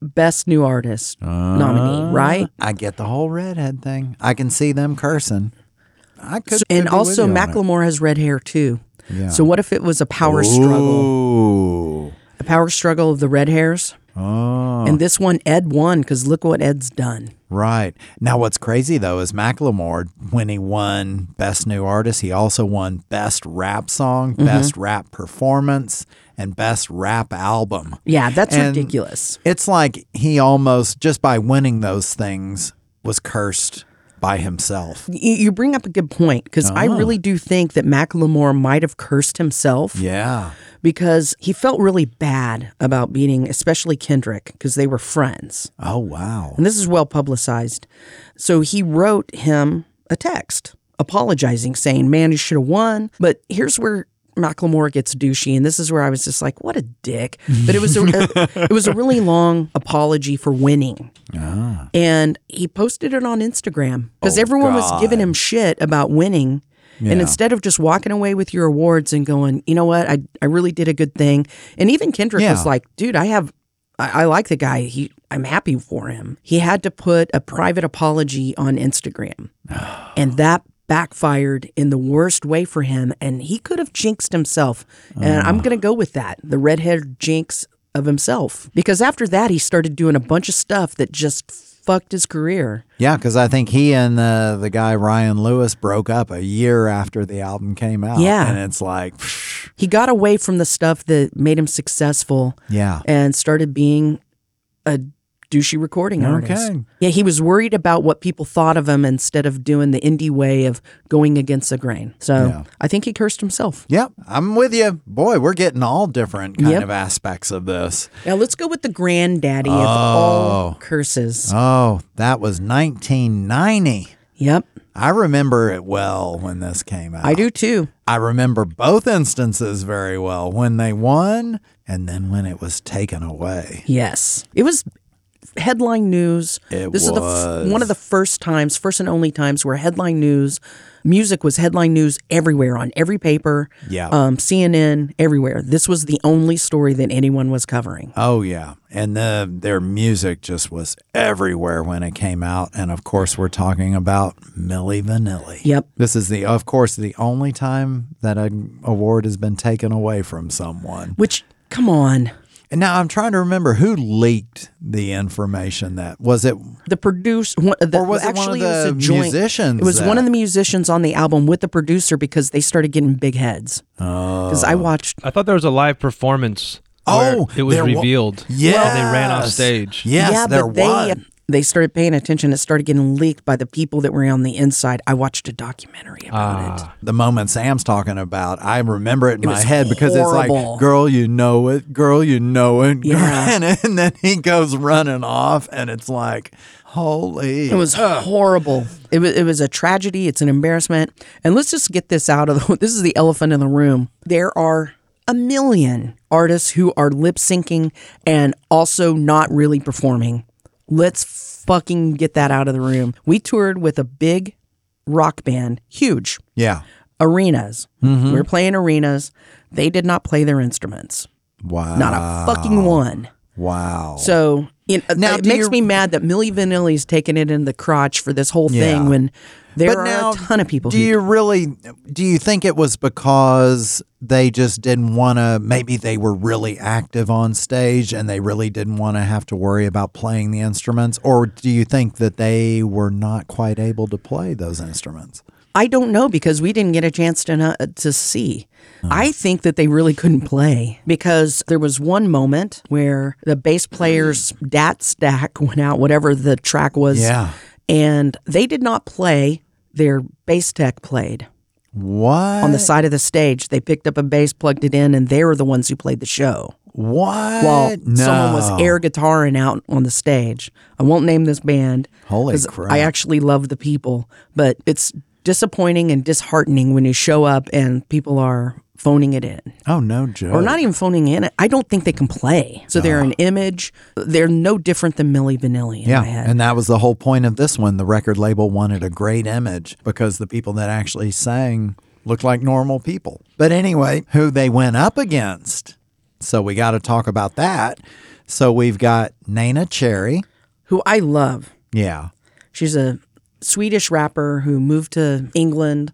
[SPEAKER 2] best new artist nominee,
[SPEAKER 1] Ah,
[SPEAKER 2] right?
[SPEAKER 1] I get the whole redhead thing. I can see them cursing. I could,
[SPEAKER 2] So-
[SPEAKER 1] could
[SPEAKER 2] and
[SPEAKER 1] be with
[SPEAKER 2] also,
[SPEAKER 1] you on it.
[SPEAKER 2] Macklemore has red hair too.
[SPEAKER 1] Yeah.
[SPEAKER 2] So what if it was a power struggle?
[SPEAKER 1] Ooh.
[SPEAKER 2] A power struggle of the red hairs.
[SPEAKER 1] Oh,
[SPEAKER 2] And this one, Ed won because look what Ed's done.
[SPEAKER 1] right. Now, what's crazy though is Macklemore, when he won Best New Artist, he also won Best Rap Song,
[SPEAKER 2] Mm-hmm.
[SPEAKER 1] Best Rap Performance, and Best Rap Album.
[SPEAKER 2] Yeah, that's
[SPEAKER 1] And-
[SPEAKER 2] ridiculous.
[SPEAKER 1] It's like he almost, just by winning those things, was cursed by himself.
[SPEAKER 2] Y- You bring up a good point because I
[SPEAKER 1] Ah.
[SPEAKER 2] really do think that Macklemore might have cursed himself
[SPEAKER 1] Yeah.
[SPEAKER 2] because he felt really bad about beating, especially Kendrick, because they were friends.
[SPEAKER 1] Oh, wow.
[SPEAKER 2] And this is well publicized. So he wrote him a text apologizing, saying, Man, you should have won. But here's where Macklemore gets douchey. And this is where I was just like, What a dick. But it was a, it was a really long apology for winning. And he posted it on Instagram because everyone was giving him shit about winning. And instead of just walking away with your awards and going, you know what, I, I really did a good thing. And even Kendrick
[SPEAKER 1] Yeah.
[SPEAKER 2] was like, dude, I have, I, I like the guy. He, I'm happy for him. He had to put a private apology on Instagram. and that backfired in the worst way for him. And he could have jinxed himself. And
[SPEAKER 1] Ah.
[SPEAKER 2] I'm going to go with that the redhead jinx of himself. Because after that, he started doing a bunch of stuff that just fucked his career.
[SPEAKER 1] Yeah, because I think he and the the guy Ryan Lewis broke up a year after the album came out.
[SPEAKER 2] Yeah.
[SPEAKER 1] and it's like, psh,
[SPEAKER 2] He got away from the stuff that made him successful
[SPEAKER 1] yeah,
[SPEAKER 2] and started being a douchey recording artist.
[SPEAKER 1] Okay.
[SPEAKER 2] Yeah, he was worried about what people thought of him instead of doing the indie way of going against the grain. So
[SPEAKER 1] Yeah.
[SPEAKER 2] I think he cursed himself.
[SPEAKER 1] yep, I'm with you, boy. We're getting all different kind
[SPEAKER 2] Yep.
[SPEAKER 1] of aspects of this.
[SPEAKER 2] Now let's go with the granddaddy of all
[SPEAKER 1] Oh.
[SPEAKER 2] curses.
[SPEAKER 1] Oh, that was 1990.
[SPEAKER 2] Yep,
[SPEAKER 1] I remember it well when this came out.
[SPEAKER 2] I do too.
[SPEAKER 1] I remember both instances very well when they won and then when it was taken away.
[SPEAKER 2] Yes, it was headline news.
[SPEAKER 1] It
[SPEAKER 2] this is the
[SPEAKER 1] was.
[SPEAKER 2] f- one of the first times, first and only times where headline news, music was headline news everywhere on every paper.
[SPEAKER 1] Yeah.
[SPEAKER 2] um, CNN everywhere. This was the only story that anyone was covering.
[SPEAKER 1] Oh yeah, and the their music just was everywhere when it came out, and of course we're talking about Milli Vanilli.
[SPEAKER 2] Yep.
[SPEAKER 1] This is the of course the only time that an award has been taken away from someone.
[SPEAKER 2] Which, come on,
[SPEAKER 1] And now I'm trying to remember who leaked the information that was it
[SPEAKER 2] the producer one, the,
[SPEAKER 1] Or was it one of
[SPEAKER 2] actually was
[SPEAKER 1] the
[SPEAKER 2] a joint,
[SPEAKER 1] musicians
[SPEAKER 2] It was one
[SPEAKER 1] that-
[SPEAKER 2] of the musicians on the album with the producer because they started getting big heads. Because I watched
[SPEAKER 7] I thought there was a live performance. where
[SPEAKER 1] Oh,
[SPEAKER 7] it was
[SPEAKER 1] there wa-
[SPEAKER 7] revealed.
[SPEAKER 1] Yes.
[SPEAKER 7] how they ran off stage.
[SPEAKER 1] Yes,
[SPEAKER 2] yeah,
[SPEAKER 1] there
[SPEAKER 2] but they uh,
[SPEAKER 1] was.
[SPEAKER 2] they started paying attention. It started getting leaked by the people that were on the inside. I watched a documentary about it.
[SPEAKER 1] the moment Sam's talking about, I remember it in my
[SPEAKER 2] was
[SPEAKER 1] head because it's
[SPEAKER 2] horrible.
[SPEAKER 1] like, girl, you know it, girl, you know it. girl."
[SPEAKER 2] Yeah.
[SPEAKER 1] And, then he goes running off, and it's like, holy.
[SPEAKER 2] It was horrible. It was it was a tragedy. It's an embarrassment. And let's just get this out of the. This is the elephant in the room. There are a million artists who are lip syncing and also not really performing. Let's fucking get that out of the room. We toured with a big rock band, huge
[SPEAKER 1] yeah.
[SPEAKER 2] arenas.
[SPEAKER 1] Mm-hmm.
[SPEAKER 2] We were playing arenas. They did not play their instruments.
[SPEAKER 1] Wow.
[SPEAKER 2] Not a fucking one.
[SPEAKER 1] Wow.
[SPEAKER 2] So in,
[SPEAKER 1] Oh. Now,
[SPEAKER 2] it
[SPEAKER 1] do
[SPEAKER 2] makes
[SPEAKER 1] you-
[SPEAKER 2] me mad that Millie Vanilli's taken it in the crotch for this whole
[SPEAKER 1] Yeah.
[SPEAKER 2] thing when there
[SPEAKER 1] but
[SPEAKER 2] are
[SPEAKER 1] now,
[SPEAKER 2] a ton of people
[SPEAKER 1] Do
[SPEAKER 2] who
[SPEAKER 1] you really? Do you think it was because they just didn't want to? Maybe they were really active on stage, and they really didn't want to have to worry about playing the instruments. Or do you think that they were not quite able to play those instruments?
[SPEAKER 2] I don't know because we didn't get a chance to know, to see. I think that they really couldn't play because there was one moment where the bass player's dat stack went out, whatever the track was,
[SPEAKER 1] Yeah.
[SPEAKER 2] and they did not play. Their bass tech played
[SPEAKER 1] What
[SPEAKER 2] on the side of the stage. They picked up a bass, plugged it in, and they were the ones who played the show.
[SPEAKER 1] What?
[SPEAKER 2] while someone was
[SPEAKER 1] No.
[SPEAKER 2] air guitaring out on the stage. I won't name this band.
[SPEAKER 1] Holy
[SPEAKER 2] 'cause
[SPEAKER 1] crap.
[SPEAKER 2] I actually love the people, but it's disappointing and disheartening when you show up and people are phoning it in
[SPEAKER 1] Oh no, joke.
[SPEAKER 2] or not even phoning in. I don't think they can play. So they're an image. They're no different than Millie Vanilli in
[SPEAKER 1] Yeah,
[SPEAKER 2] my head.
[SPEAKER 1] and that was the whole point of this one. The record label wanted a great image because the people that actually sang looked like normal people. But anyway, who they went up against. So we got to talk about that. So we've got Nana Cherry.
[SPEAKER 2] who I love.
[SPEAKER 1] Yeah.
[SPEAKER 2] She's a Swedish rapper who moved to England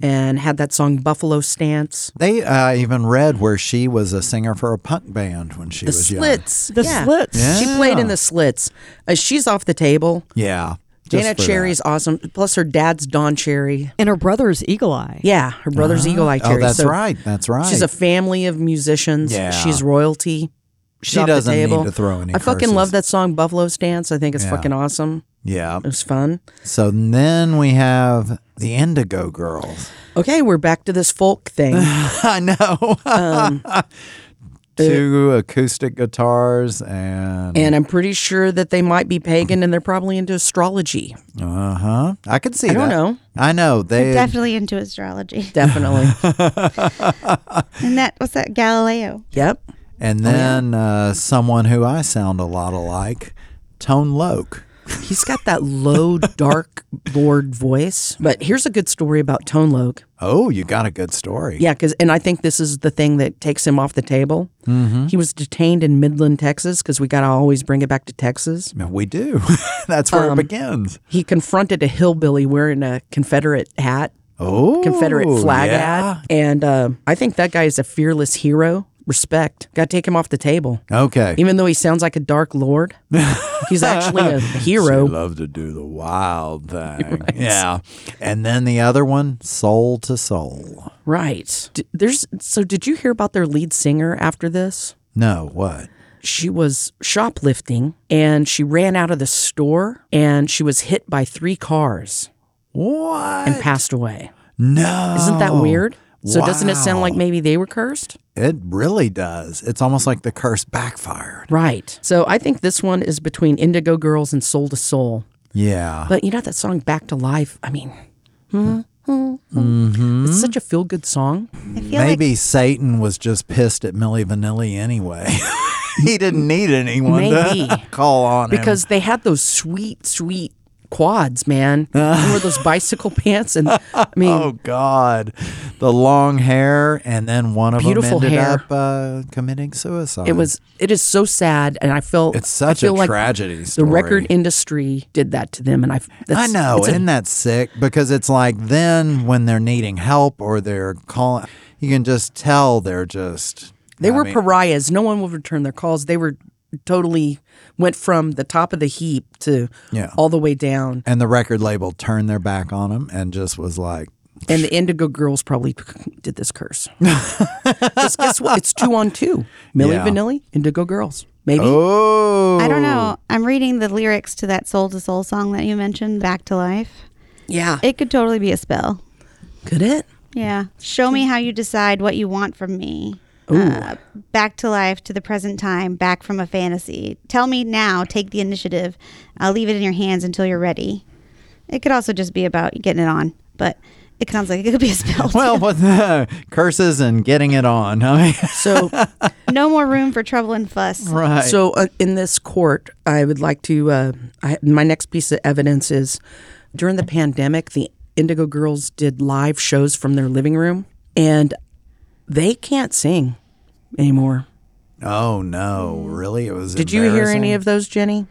[SPEAKER 2] and had that song Buffalo Stance.
[SPEAKER 1] They uh, even read where she was a singer for a punk band when she
[SPEAKER 2] The
[SPEAKER 1] was
[SPEAKER 2] Slits.
[SPEAKER 6] The
[SPEAKER 2] Yeah.
[SPEAKER 6] Slits.
[SPEAKER 1] Yeah.
[SPEAKER 2] She played in the Slits. Uh, she's off the table.
[SPEAKER 1] young. Yeah. just
[SPEAKER 2] Janet
[SPEAKER 1] for that.
[SPEAKER 2] Cherry's awesome. Plus her dad's Don Cherry.
[SPEAKER 6] And her brother's Eagle Eye.
[SPEAKER 2] Yeah, her brother's Eagle Eye
[SPEAKER 1] Oh,
[SPEAKER 2] Cherry.
[SPEAKER 1] that's
[SPEAKER 2] So
[SPEAKER 1] right. That's right.
[SPEAKER 2] She's a family of musicians.
[SPEAKER 1] Yeah.
[SPEAKER 2] She's royalty. She's
[SPEAKER 1] She
[SPEAKER 2] off
[SPEAKER 1] doesn't
[SPEAKER 2] the
[SPEAKER 1] need
[SPEAKER 2] table.
[SPEAKER 1] to throw any
[SPEAKER 2] I fucking
[SPEAKER 1] curses.
[SPEAKER 2] love that song Buffalo Stance. I think it's
[SPEAKER 1] Yeah.
[SPEAKER 2] fucking awesome.
[SPEAKER 1] yeah.
[SPEAKER 2] It was fun.
[SPEAKER 1] So then we have the Indigo Girls.
[SPEAKER 2] Okay, we're back to this folk thing.
[SPEAKER 1] I know.
[SPEAKER 2] Um,
[SPEAKER 1] Two acoustic guitars and
[SPEAKER 2] and I'm pretty sure that they might be pagan and they're probably into astrology.
[SPEAKER 1] uh huh. I could see.
[SPEAKER 2] I don't
[SPEAKER 1] that.
[SPEAKER 2] know.
[SPEAKER 1] I know they.
[SPEAKER 3] They're definitely into astrology.
[SPEAKER 2] Definitely.
[SPEAKER 3] And that what's that Galileo?
[SPEAKER 2] yep.
[SPEAKER 1] and then uh, someone who I sound a lot alike, Tone Loc.
[SPEAKER 2] He's got that low, dark lord voice. But here's a good story about Tone Loc.
[SPEAKER 1] Oh, you got a good story.
[SPEAKER 2] Yeah, because and I think this is the thing that takes him off the table. He was detained in Midland, Texas, because we gotta always bring it back to Texas.
[SPEAKER 1] we do. That's where
[SPEAKER 2] Um,
[SPEAKER 1] it begins.
[SPEAKER 2] He confronted a hillbilly wearing a Confederate hat,
[SPEAKER 1] Oh,
[SPEAKER 2] Confederate flag
[SPEAKER 1] yeah.
[SPEAKER 2] hat, and uh, I think that guy is a fearless hero. Respect. Got to take him off the table.
[SPEAKER 1] Okay.
[SPEAKER 2] Even though he sounds like a dark lord, he's actually
[SPEAKER 1] They
[SPEAKER 2] a hero.
[SPEAKER 1] love to do the wild thing. Yeah. And then the other one, Soul to Soul.
[SPEAKER 2] Right. D- There's so did you hear about their lead singer after this?
[SPEAKER 1] No, what?
[SPEAKER 2] She was shoplifting and she ran out of the store and she was hit by three cars
[SPEAKER 1] What?
[SPEAKER 2] and passed away.
[SPEAKER 1] no.
[SPEAKER 2] Isn't that weird? So doesn't it sound like
[SPEAKER 1] wow.
[SPEAKER 2] maybe they were cursed?
[SPEAKER 1] It really does. It's almost like the curse backfired.
[SPEAKER 2] Right. So I think this one is between Indigo Girls and Soul to Soul.
[SPEAKER 1] Yeah.
[SPEAKER 2] But you know that song Back to Life? I mean, hmm,
[SPEAKER 1] Mm-hmm.
[SPEAKER 2] it's such a feel good song.
[SPEAKER 3] I feel
[SPEAKER 1] Maybe Satan was just pissed at Millie Vanilli anyway. he didn't need anyone to
[SPEAKER 2] Maybe.
[SPEAKER 1] call on him.
[SPEAKER 2] because they had those sweet, sweet quads, man. They wore those bicycle pants, and I mean,
[SPEAKER 1] Oh God, the long hair, and then one of
[SPEAKER 2] Beautiful
[SPEAKER 1] them ended
[SPEAKER 2] hair.
[SPEAKER 1] up uh, committing suicide.
[SPEAKER 2] it was it is so sad, and I felt
[SPEAKER 1] It's such
[SPEAKER 2] I feel
[SPEAKER 1] a
[SPEAKER 2] like
[SPEAKER 1] tragedy
[SPEAKER 2] The
[SPEAKER 1] story.
[SPEAKER 2] record industry did that to them, and I
[SPEAKER 1] I
[SPEAKER 2] that's,
[SPEAKER 1] know,
[SPEAKER 2] it's a-
[SPEAKER 1] isn't that sick? Because it's like then when they're needing help or they're calling, you can just tell they're just
[SPEAKER 2] they
[SPEAKER 1] I
[SPEAKER 2] were
[SPEAKER 1] mean,
[SPEAKER 2] pariahs. No one would return their calls. They were totally went from the top of the heap to
[SPEAKER 1] Yeah.
[SPEAKER 2] all the way down.
[SPEAKER 1] and the record label turned their back on them and just was like,
[SPEAKER 2] And the Indigo Girls probably did this curse. 'Cause guess what? It's two on two. Millie
[SPEAKER 1] Yeah.
[SPEAKER 2] Vanilli, Indigo Girls. Maybe.
[SPEAKER 1] oh,
[SPEAKER 3] I don't know. I'm reading the lyrics to that soul to soul song that you mentioned, Back to Life.
[SPEAKER 2] Yeah.
[SPEAKER 3] It could totally be a spell.
[SPEAKER 2] Could it?
[SPEAKER 3] Yeah. Show me how you decide what you want from me. Uh, back to life, to the present time, back from a fantasy. Tell me now, take the initiative. I'll leave it in your hands until you're ready. It could also just be about getting it on, but it sounds like it could be a spell.
[SPEAKER 1] Well,
[SPEAKER 3] too.
[SPEAKER 1] with the curses and getting it on, I mean,
[SPEAKER 2] So
[SPEAKER 3] no more room for trouble and fuss.
[SPEAKER 1] right?
[SPEAKER 2] So uh, in this court, I would like to. Uh, I, my next piece of evidence is during the pandemic, the Indigo Girls did live shows from their living room, and they can't sing anymore.
[SPEAKER 1] oh no, really? It was.
[SPEAKER 2] Did you hear any of those, Jenny?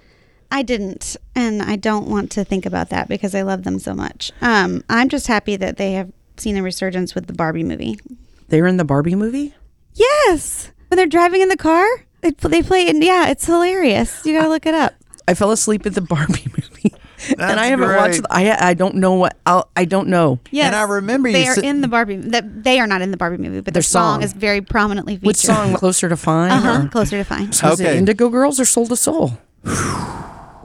[SPEAKER 3] I didn't, and I don't want to think about that because I love them so much. Um, I'm just happy that they have seen a resurgence with the Barbie movie.
[SPEAKER 2] They were in the Barbie movie.
[SPEAKER 3] Yes, when they're driving in the car, it, they play, and yeah, it's hilarious. You gotta look it up.
[SPEAKER 2] I fell asleep at the Barbie movie, and I haven't
[SPEAKER 1] great.
[SPEAKER 2] watched. The, I I don't know what I'll, I don't know.
[SPEAKER 3] Yes,
[SPEAKER 1] I remember you
[SPEAKER 3] they are
[SPEAKER 1] said-
[SPEAKER 3] in the Barbie. That they are not in the Barbie movie, but
[SPEAKER 2] Their
[SPEAKER 3] their song,
[SPEAKER 2] song.
[SPEAKER 3] is very prominently featured.
[SPEAKER 2] Which song closer to fine?
[SPEAKER 3] Uh-huh,
[SPEAKER 2] or-
[SPEAKER 3] closer to fine.
[SPEAKER 2] So is it
[SPEAKER 1] Okay.
[SPEAKER 2] Indigo Girls or Soul to Soul?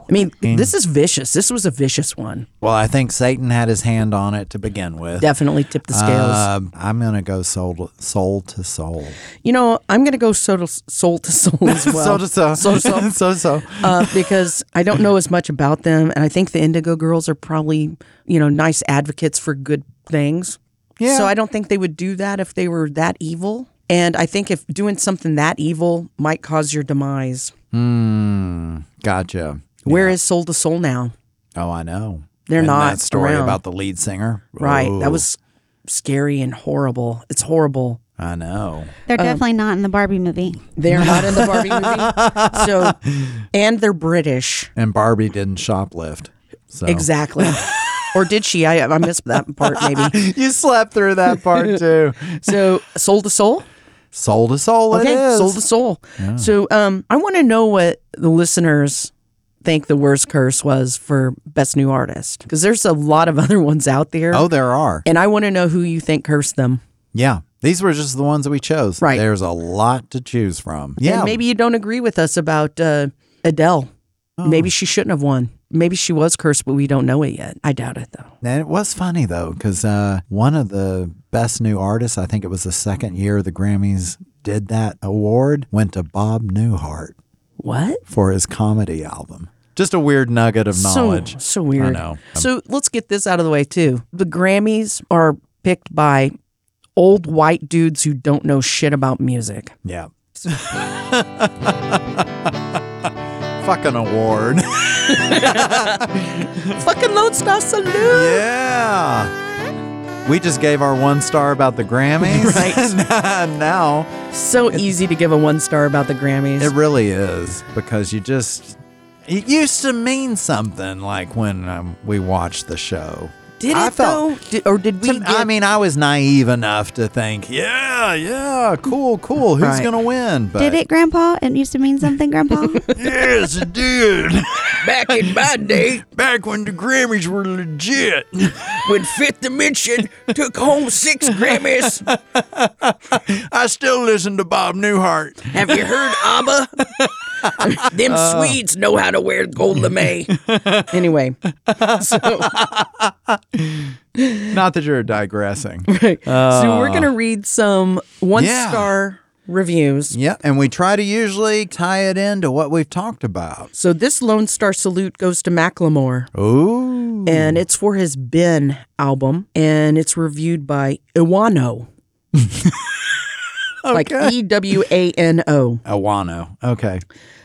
[SPEAKER 2] I mean, this is vicious. This was a vicious one.
[SPEAKER 1] Well, I think Satan had his hand on it to begin with.
[SPEAKER 2] Definitely tip the scales.
[SPEAKER 1] Um, I'm gonna go soul to, soul to soul.
[SPEAKER 2] you know, I'm going to go soul to soul, to soul as well.
[SPEAKER 1] soul to soul.
[SPEAKER 2] Soul to soul.
[SPEAKER 1] soul to soul.
[SPEAKER 2] Uh, because I don't know as much about them, and I think the Indigo Girls are probably you know nice advocates for good things.
[SPEAKER 1] Yeah.
[SPEAKER 2] So I don't think they would do that if they were that evil. And I think if doing something that evil might cause your demise.
[SPEAKER 1] Hmm, Gotcha.
[SPEAKER 2] Where is Soul to Soul now?
[SPEAKER 1] Oh, I know.
[SPEAKER 2] They're
[SPEAKER 1] And
[SPEAKER 2] not
[SPEAKER 1] that story
[SPEAKER 2] around.
[SPEAKER 1] about the lead singer.
[SPEAKER 2] Right. That
[SPEAKER 1] Oh,
[SPEAKER 2] was scary and horrible. It's horrible.
[SPEAKER 1] I know.
[SPEAKER 3] They're definitely not in the Barbie movie.
[SPEAKER 2] They're not in the Barbie movie. So, and they're British.
[SPEAKER 1] And Barbie didn't shoplift. So
[SPEAKER 2] Exactly. or did she? I, I missed that part, maybe.
[SPEAKER 1] you slept through that part too.
[SPEAKER 2] So, soul to soul?
[SPEAKER 1] Soul to soul, it is.
[SPEAKER 2] soul to soul. So, um, I want to know what the listeners think the worst curse was for best new artist because there's a lot of other ones out there,
[SPEAKER 1] oh, there are.
[SPEAKER 2] and I want to know who you think cursed them.
[SPEAKER 1] Yeah. These were just the ones that we chose.
[SPEAKER 2] Right.
[SPEAKER 1] There's a lot to choose from. Yeah.
[SPEAKER 2] and maybe you don't agree with us about uh, Adele.
[SPEAKER 1] Oh.
[SPEAKER 2] Maybe she shouldn't have won. Maybe she was cursed, but we don't know it yet. I doubt it though.
[SPEAKER 1] And it was funny though, because uh, one of the best new artists, I think it was the second year the Grammys did that award, went to Bob Newhart
[SPEAKER 2] What?
[SPEAKER 1] for his comedy album. Just a weird nugget of knowledge.
[SPEAKER 2] So, so weird.
[SPEAKER 1] I know.
[SPEAKER 2] So let's get this out of the way too. The Grammys are picked by old white dudes who don't know shit about music.
[SPEAKER 1] Yeah. Fucking award.
[SPEAKER 2] Fucking Lone Star Salute.
[SPEAKER 1] yeah. We just gave our one star about the Grammys. Right. now
[SPEAKER 2] So easy to give a one star about the Grammys.
[SPEAKER 1] It really is because you just. It used to mean something like when um, we watched the show.
[SPEAKER 2] did it
[SPEAKER 1] I felt-
[SPEAKER 2] though? Did, or did we?
[SPEAKER 1] To- I
[SPEAKER 2] get-
[SPEAKER 1] mean, I was naive enough to think, yeah, yeah, cool, cool. Who's
[SPEAKER 2] Right.
[SPEAKER 1] gonna win? But
[SPEAKER 3] Did it, Grandpa? It used to mean something, Grandpa.
[SPEAKER 1] Yes, it did.
[SPEAKER 2] back in my day
[SPEAKER 1] Back when the Grammys were legit.
[SPEAKER 2] when Fifth Dimension took home Oh, six Grammys.
[SPEAKER 1] I still listen to Bob Newhart.
[SPEAKER 2] Have you heard ABBA? Them
[SPEAKER 1] Uh.
[SPEAKER 2] Swedes know how to wear gold lame. anyway, so,
[SPEAKER 1] Not that you're digressing.
[SPEAKER 2] so we're gonna read some one star reviews.
[SPEAKER 1] Uh. yeah, and we try to usually tie it into what we've talked about.
[SPEAKER 2] So this Lone Star Salute goes to Macklemore,
[SPEAKER 1] Ooh.
[SPEAKER 2] and it's for his Ben album, and it's reviewed by Iwano. Like uh, E W A N O.
[SPEAKER 1] Iwano. Okay.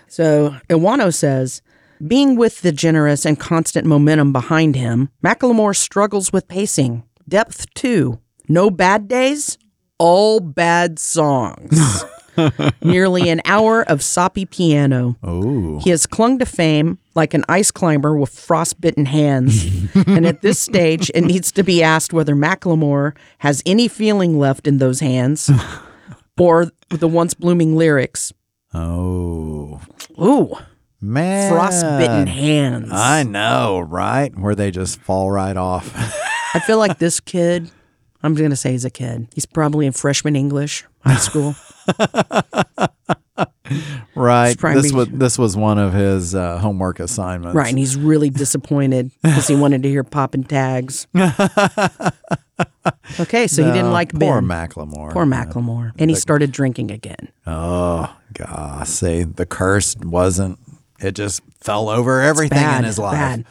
[SPEAKER 2] So Iwano says, being with the generous and constant momentum behind him, Macklemore struggles with pacing. Depth two, no bad days, all bad songs. Nearly an hour of soppy piano.
[SPEAKER 1] Ooh.
[SPEAKER 2] He has clung to fame like an ice climber with frostbitten hands. and at this stage, it needs to be asked whether Macklemore has any feeling left in those hands or the once blooming lyrics.
[SPEAKER 1] Oh.
[SPEAKER 2] Ooh,
[SPEAKER 1] Man.
[SPEAKER 2] frostbitten hands.
[SPEAKER 1] I know, right? Where they just fall right off.
[SPEAKER 2] I feel like this kid, I'm going to say he's a kid. He's probably in freshman English, high school.
[SPEAKER 1] right.
[SPEAKER 2] probably-
[SPEAKER 1] This was this was one of his uh, homework assignments.
[SPEAKER 2] right. And he's really disappointed because he wanted to hear poppin' tags. Okay, so he didn't like
[SPEAKER 1] Uh, Poor
[SPEAKER 2] Ben.
[SPEAKER 1] Macklemore.
[SPEAKER 2] Poor Macklemore. And he started drinking again.
[SPEAKER 1] Oh God. See, the curse wasn't it just fell over everything in
[SPEAKER 2] bad,
[SPEAKER 1] his
[SPEAKER 2] it's
[SPEAKER 1] life.
[SPEAKER 2] bad.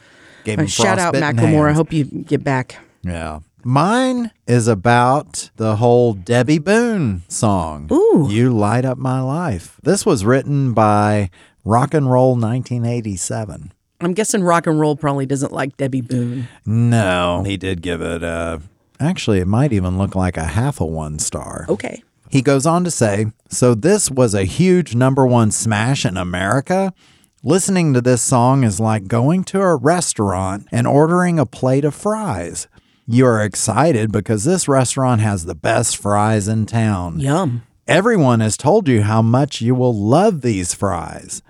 [SPEAKER 1] Gave
[SPEAKER 2] Uh,
[SPEAKER 1] him
[SPEAKER 2] shout out
[SPEAKER 1] frostbitten
[SPEAKER 2] Macklemore. I
[SPEAKER 1] hands.
[SPEAKER 2] hope you get back.
[SPEAKER 1] Yeah. Mine is about the whole Debbie Boone song.
[SPEAKER 2] Ooh.
[SPEAKER 1] You Light Up My Life. This was written by Rock and Roll 1987.
[SPEAKER 2] I'm guessing rock and roll probably doesn't like Debbie Boone.
[SPEAKER 1] No, he did give it a. Actually, it might even look like a half a one star.
[SPEAKER 2] Okay.
[SPEAKER 1] He goes on to say, So this was a huge number one smash in America. Listening to this song is like going to a restaurant and ordering a plate of fries. You're excited because this restaurant has the best fries in town.
[SPEAKER 2] Yum.
[SPEAKER 1] Everyone has told you how much you will love these fries.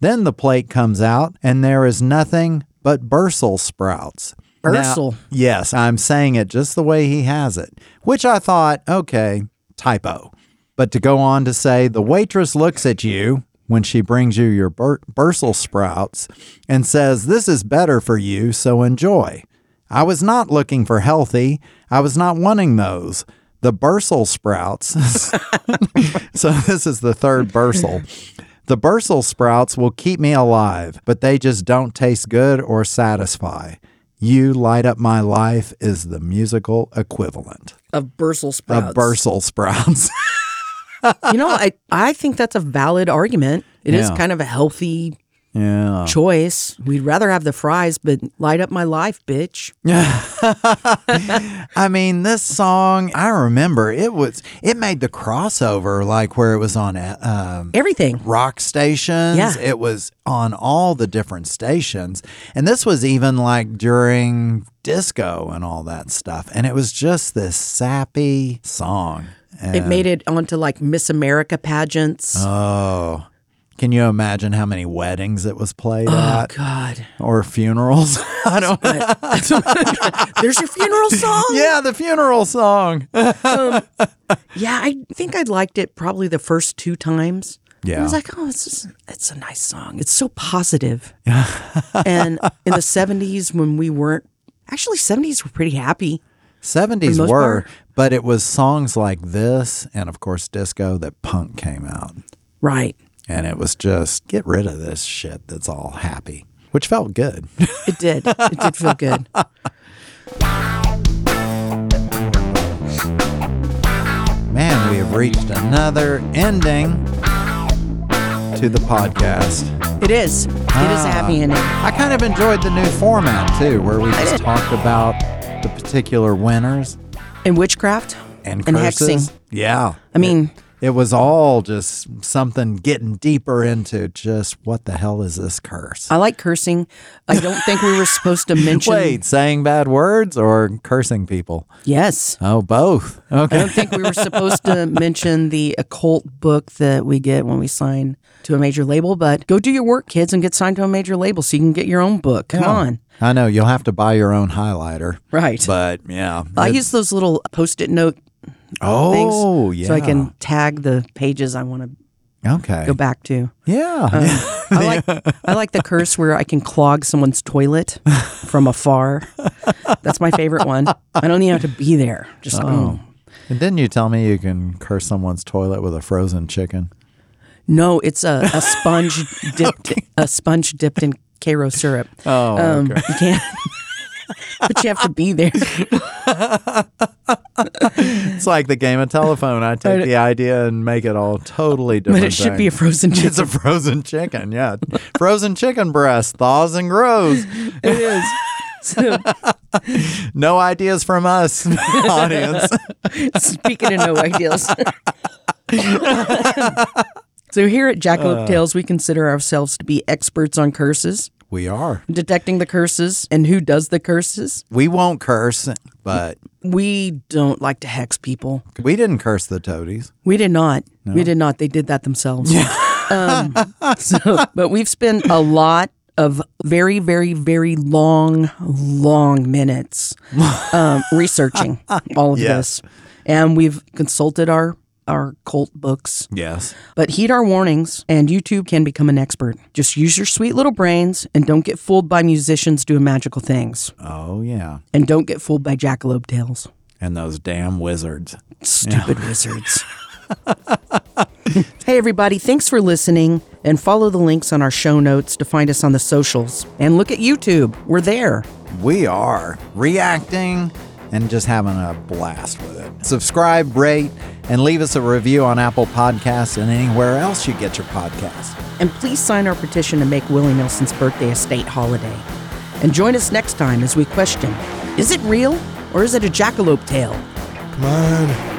[SPEAKER 1] Then the plate comes out, and there is nothing but bursal sprouts. Now-
[SPEAKER 2] Bursal.
[SPEAKER 1] yes, I'm saying it just the way he has it, which I thought, okay, typo. But to go on to say, the waitress looks at you when she brings you your bur- bursal sprouts and says, This is better for you, so enjoy. I was not looking for healthy. I was not wanting those. The bursal sprouts. so this is the third bursal. The bursal sprouts will keep me alive, but they just don't taste good or satisfy. You light up my life is the musical equivalent
[SPEAKER 2] Of Bursal
[SPEAKER 1] of
[SPEAKER 2] Sprouts.
[SPEAKER 1] bursal sprouts.
[SPEAKER 2] you know, I, I think that's a valid argument. It is
[SPEAKER 1] Yeah.
[SPEAKER 2] kind of a healthy
[SPEAKER 1] Yeah.
[SPEAKER 2] choice. We'd rather have the fries, but light up my life, bitch.
[SPEAKER 1] I mean, this song, I remember it was, it made the crossover like where it was on uh, um,
[SPEAKER 2] Everything.
[SPEAKER 1] rock stations.
[SPEAKER 2] Yeah.
[SPEAKER 1] It was on all the different stations. And this was even like during disco and all that stuff. And it was just this sappy song. And,
[SPEAKER 2] It made it onto like Miss America pageants.
[SPEAKER 1] oh, can you imagine how many weddings it was played
[SPEAKER 2] oh
[SPEAKER 1] at
[SPEAKER 2] God.
[SPEAKER 1] or funerals? I don't
[SPEAKER 2] There's your funeral song.
[SPEAKER 1] Yeah, the funeral song.
[SPEAKER 2] Yeah, I think I liked it probably the first two times.
[SPEAKER 1] Yeah.
[SPEAKER 2] I was like, oh, this is, it's a nice song. It's so positive. and in the 70s, when we weren't, actually, 70s were pretty happy.
[SPEAKER 1] 70s
[SPEAKER 2] the
[SPEAKER 1] were,
[SPEAKER 2] most part.
[SPEAKER 1] but it was songs like this and, of course, disco that punk came out.
[SPEAKER 2] Right.
[SPEAKER 1] And it was just get rid of this shit that's all happy, which felt good.
[SPEAKER 2] It did. It did feel good.
[SPEAKER 1] Man, we have reached another ending to the podcast.
[SPEAKER 2] It is. It is a happy ending.
[SPEAKER 1] I kind of enjoyed the new format too, where we just talked about the particular winners
[SPEAKER 2] And witchcraft
[SPEAKER 1] and
[SPEAKER 2] and
[SPEAKER 1] curses.
[SPEAKER 2] hexing.
[SPEAKER 1] Yeah.
[SPEAKER 2] I mean,
[SPEAKER 1] It was all just something getting deeper into just what the hell is this curse?
[SPEAKER 2] I like cursing. I don't think we were supposed to mention.
[SPEAKER 1] Wait, saying bad words or cursing people?
[SPEAKER 2] Yes.
[SPEAKER 1] Oh, both.
[SPEAKER 2] I
[SPEAKER 1] Okay.
[SPEAKER 2] don't think we were supposed to mention the occult book that we get when we sign to a major label, but go do your work, kids, and get signed to a major label so you can get your own book. Come on.
[SPEAKER 1] I know you'll have to buy your own highlighter.
[SPEAKER 2] Right.
[SPEAKER 1] But yeah.
[SPEAKER 2] I
[SPEAKER 1] it-
[SPEAKER 2] use those little post it note things
[SPEAKER 1] oh, yeah.
[SPEAKER 2] so I can tag the pages I want to
[SPEAKER 1] Okay.
[SPEAKER 2] go back to.
[SPEAKER 1] Yeah. Um,
[SPEAKER 2] I like I like the curse where I can clog someone's toilet from afar. That's my favorite one. I don't even have to be there. Just oh.
[SPEAKER 1] and didn't you tell me you can curse someone's toilet with a frozen chicken?
[SPEAKER 2] No, it's a, a sponge dipped a sponge dipped in Cairo syrup.
[SPEAKER 1] Oh,
[SPEAKER 2] Um, You can't. but you have to be there.
[SPEAKER 1] it's like the game of telephone. I take the idea and make it all totally different.
[SPEAKER 2] But it should be a
[SPEAKER 1] thing.
[SPEAKER 2] frozen
[SPEAKER 1] It's
[SPEAKER 2] chicken.
[SPEAKER 1] a frozen chicken, yeah. frozen chicken breast thaws and grows.
[SPEAKER 2] It is. So,
[SPEAKER 1] No ideas from us, audience.
[SPEAKER 2] speaking of no ideals. so here at Jackalope Tales, we consider ourselves to be experts on curses,
[SPEAKER 1] we are.
[SPEAKER 2] detecting the curses and who does the curses.
[SPEAKER 1] We won't curse, but
[SPEAKER 2] We don't like to hex people.
[SPEAKER 1] we didn't curse the toadies.
[SPEAKER 2] We did not. We did not. They did that themselves. um, so, but we've spent a lot of very, very, very long, long minutes um, researching all of
[SPEAKER 1] Yes.
[SPEAKER 2] this, and we've consulted our our cult books.
[SPEAKER 1] Yes.
[SPEAKER 2] But heed our warnings, and YouTube can become an expert. Just use your sweet little brains, and don't get fooled by musicians doing magical things,
[SPEAKER 1] Oh, yeah.
[SPEAKER 2] and don't get fooled by jackalope tales.
[SPEAKER 1] And those damn wizards.
[SPEAKER 2] Stupid wizards. hey, everybody, thanks for listening. And follow the links on our show notes to find us on the socials. And look at YouTube, we're there.
[SPEAKER 1] We are reacting and just having a blast with it. Subscribe, rate, and leave us a review on Apple Podcasts and anywhere else you get your podcast.
[SPEAKER 2] And please sign our petition to make Willie Nelson's birthday a state holiday. And join us next time as we question is it real or is it a jackalope tale?
[SPEAKER 8] Come on.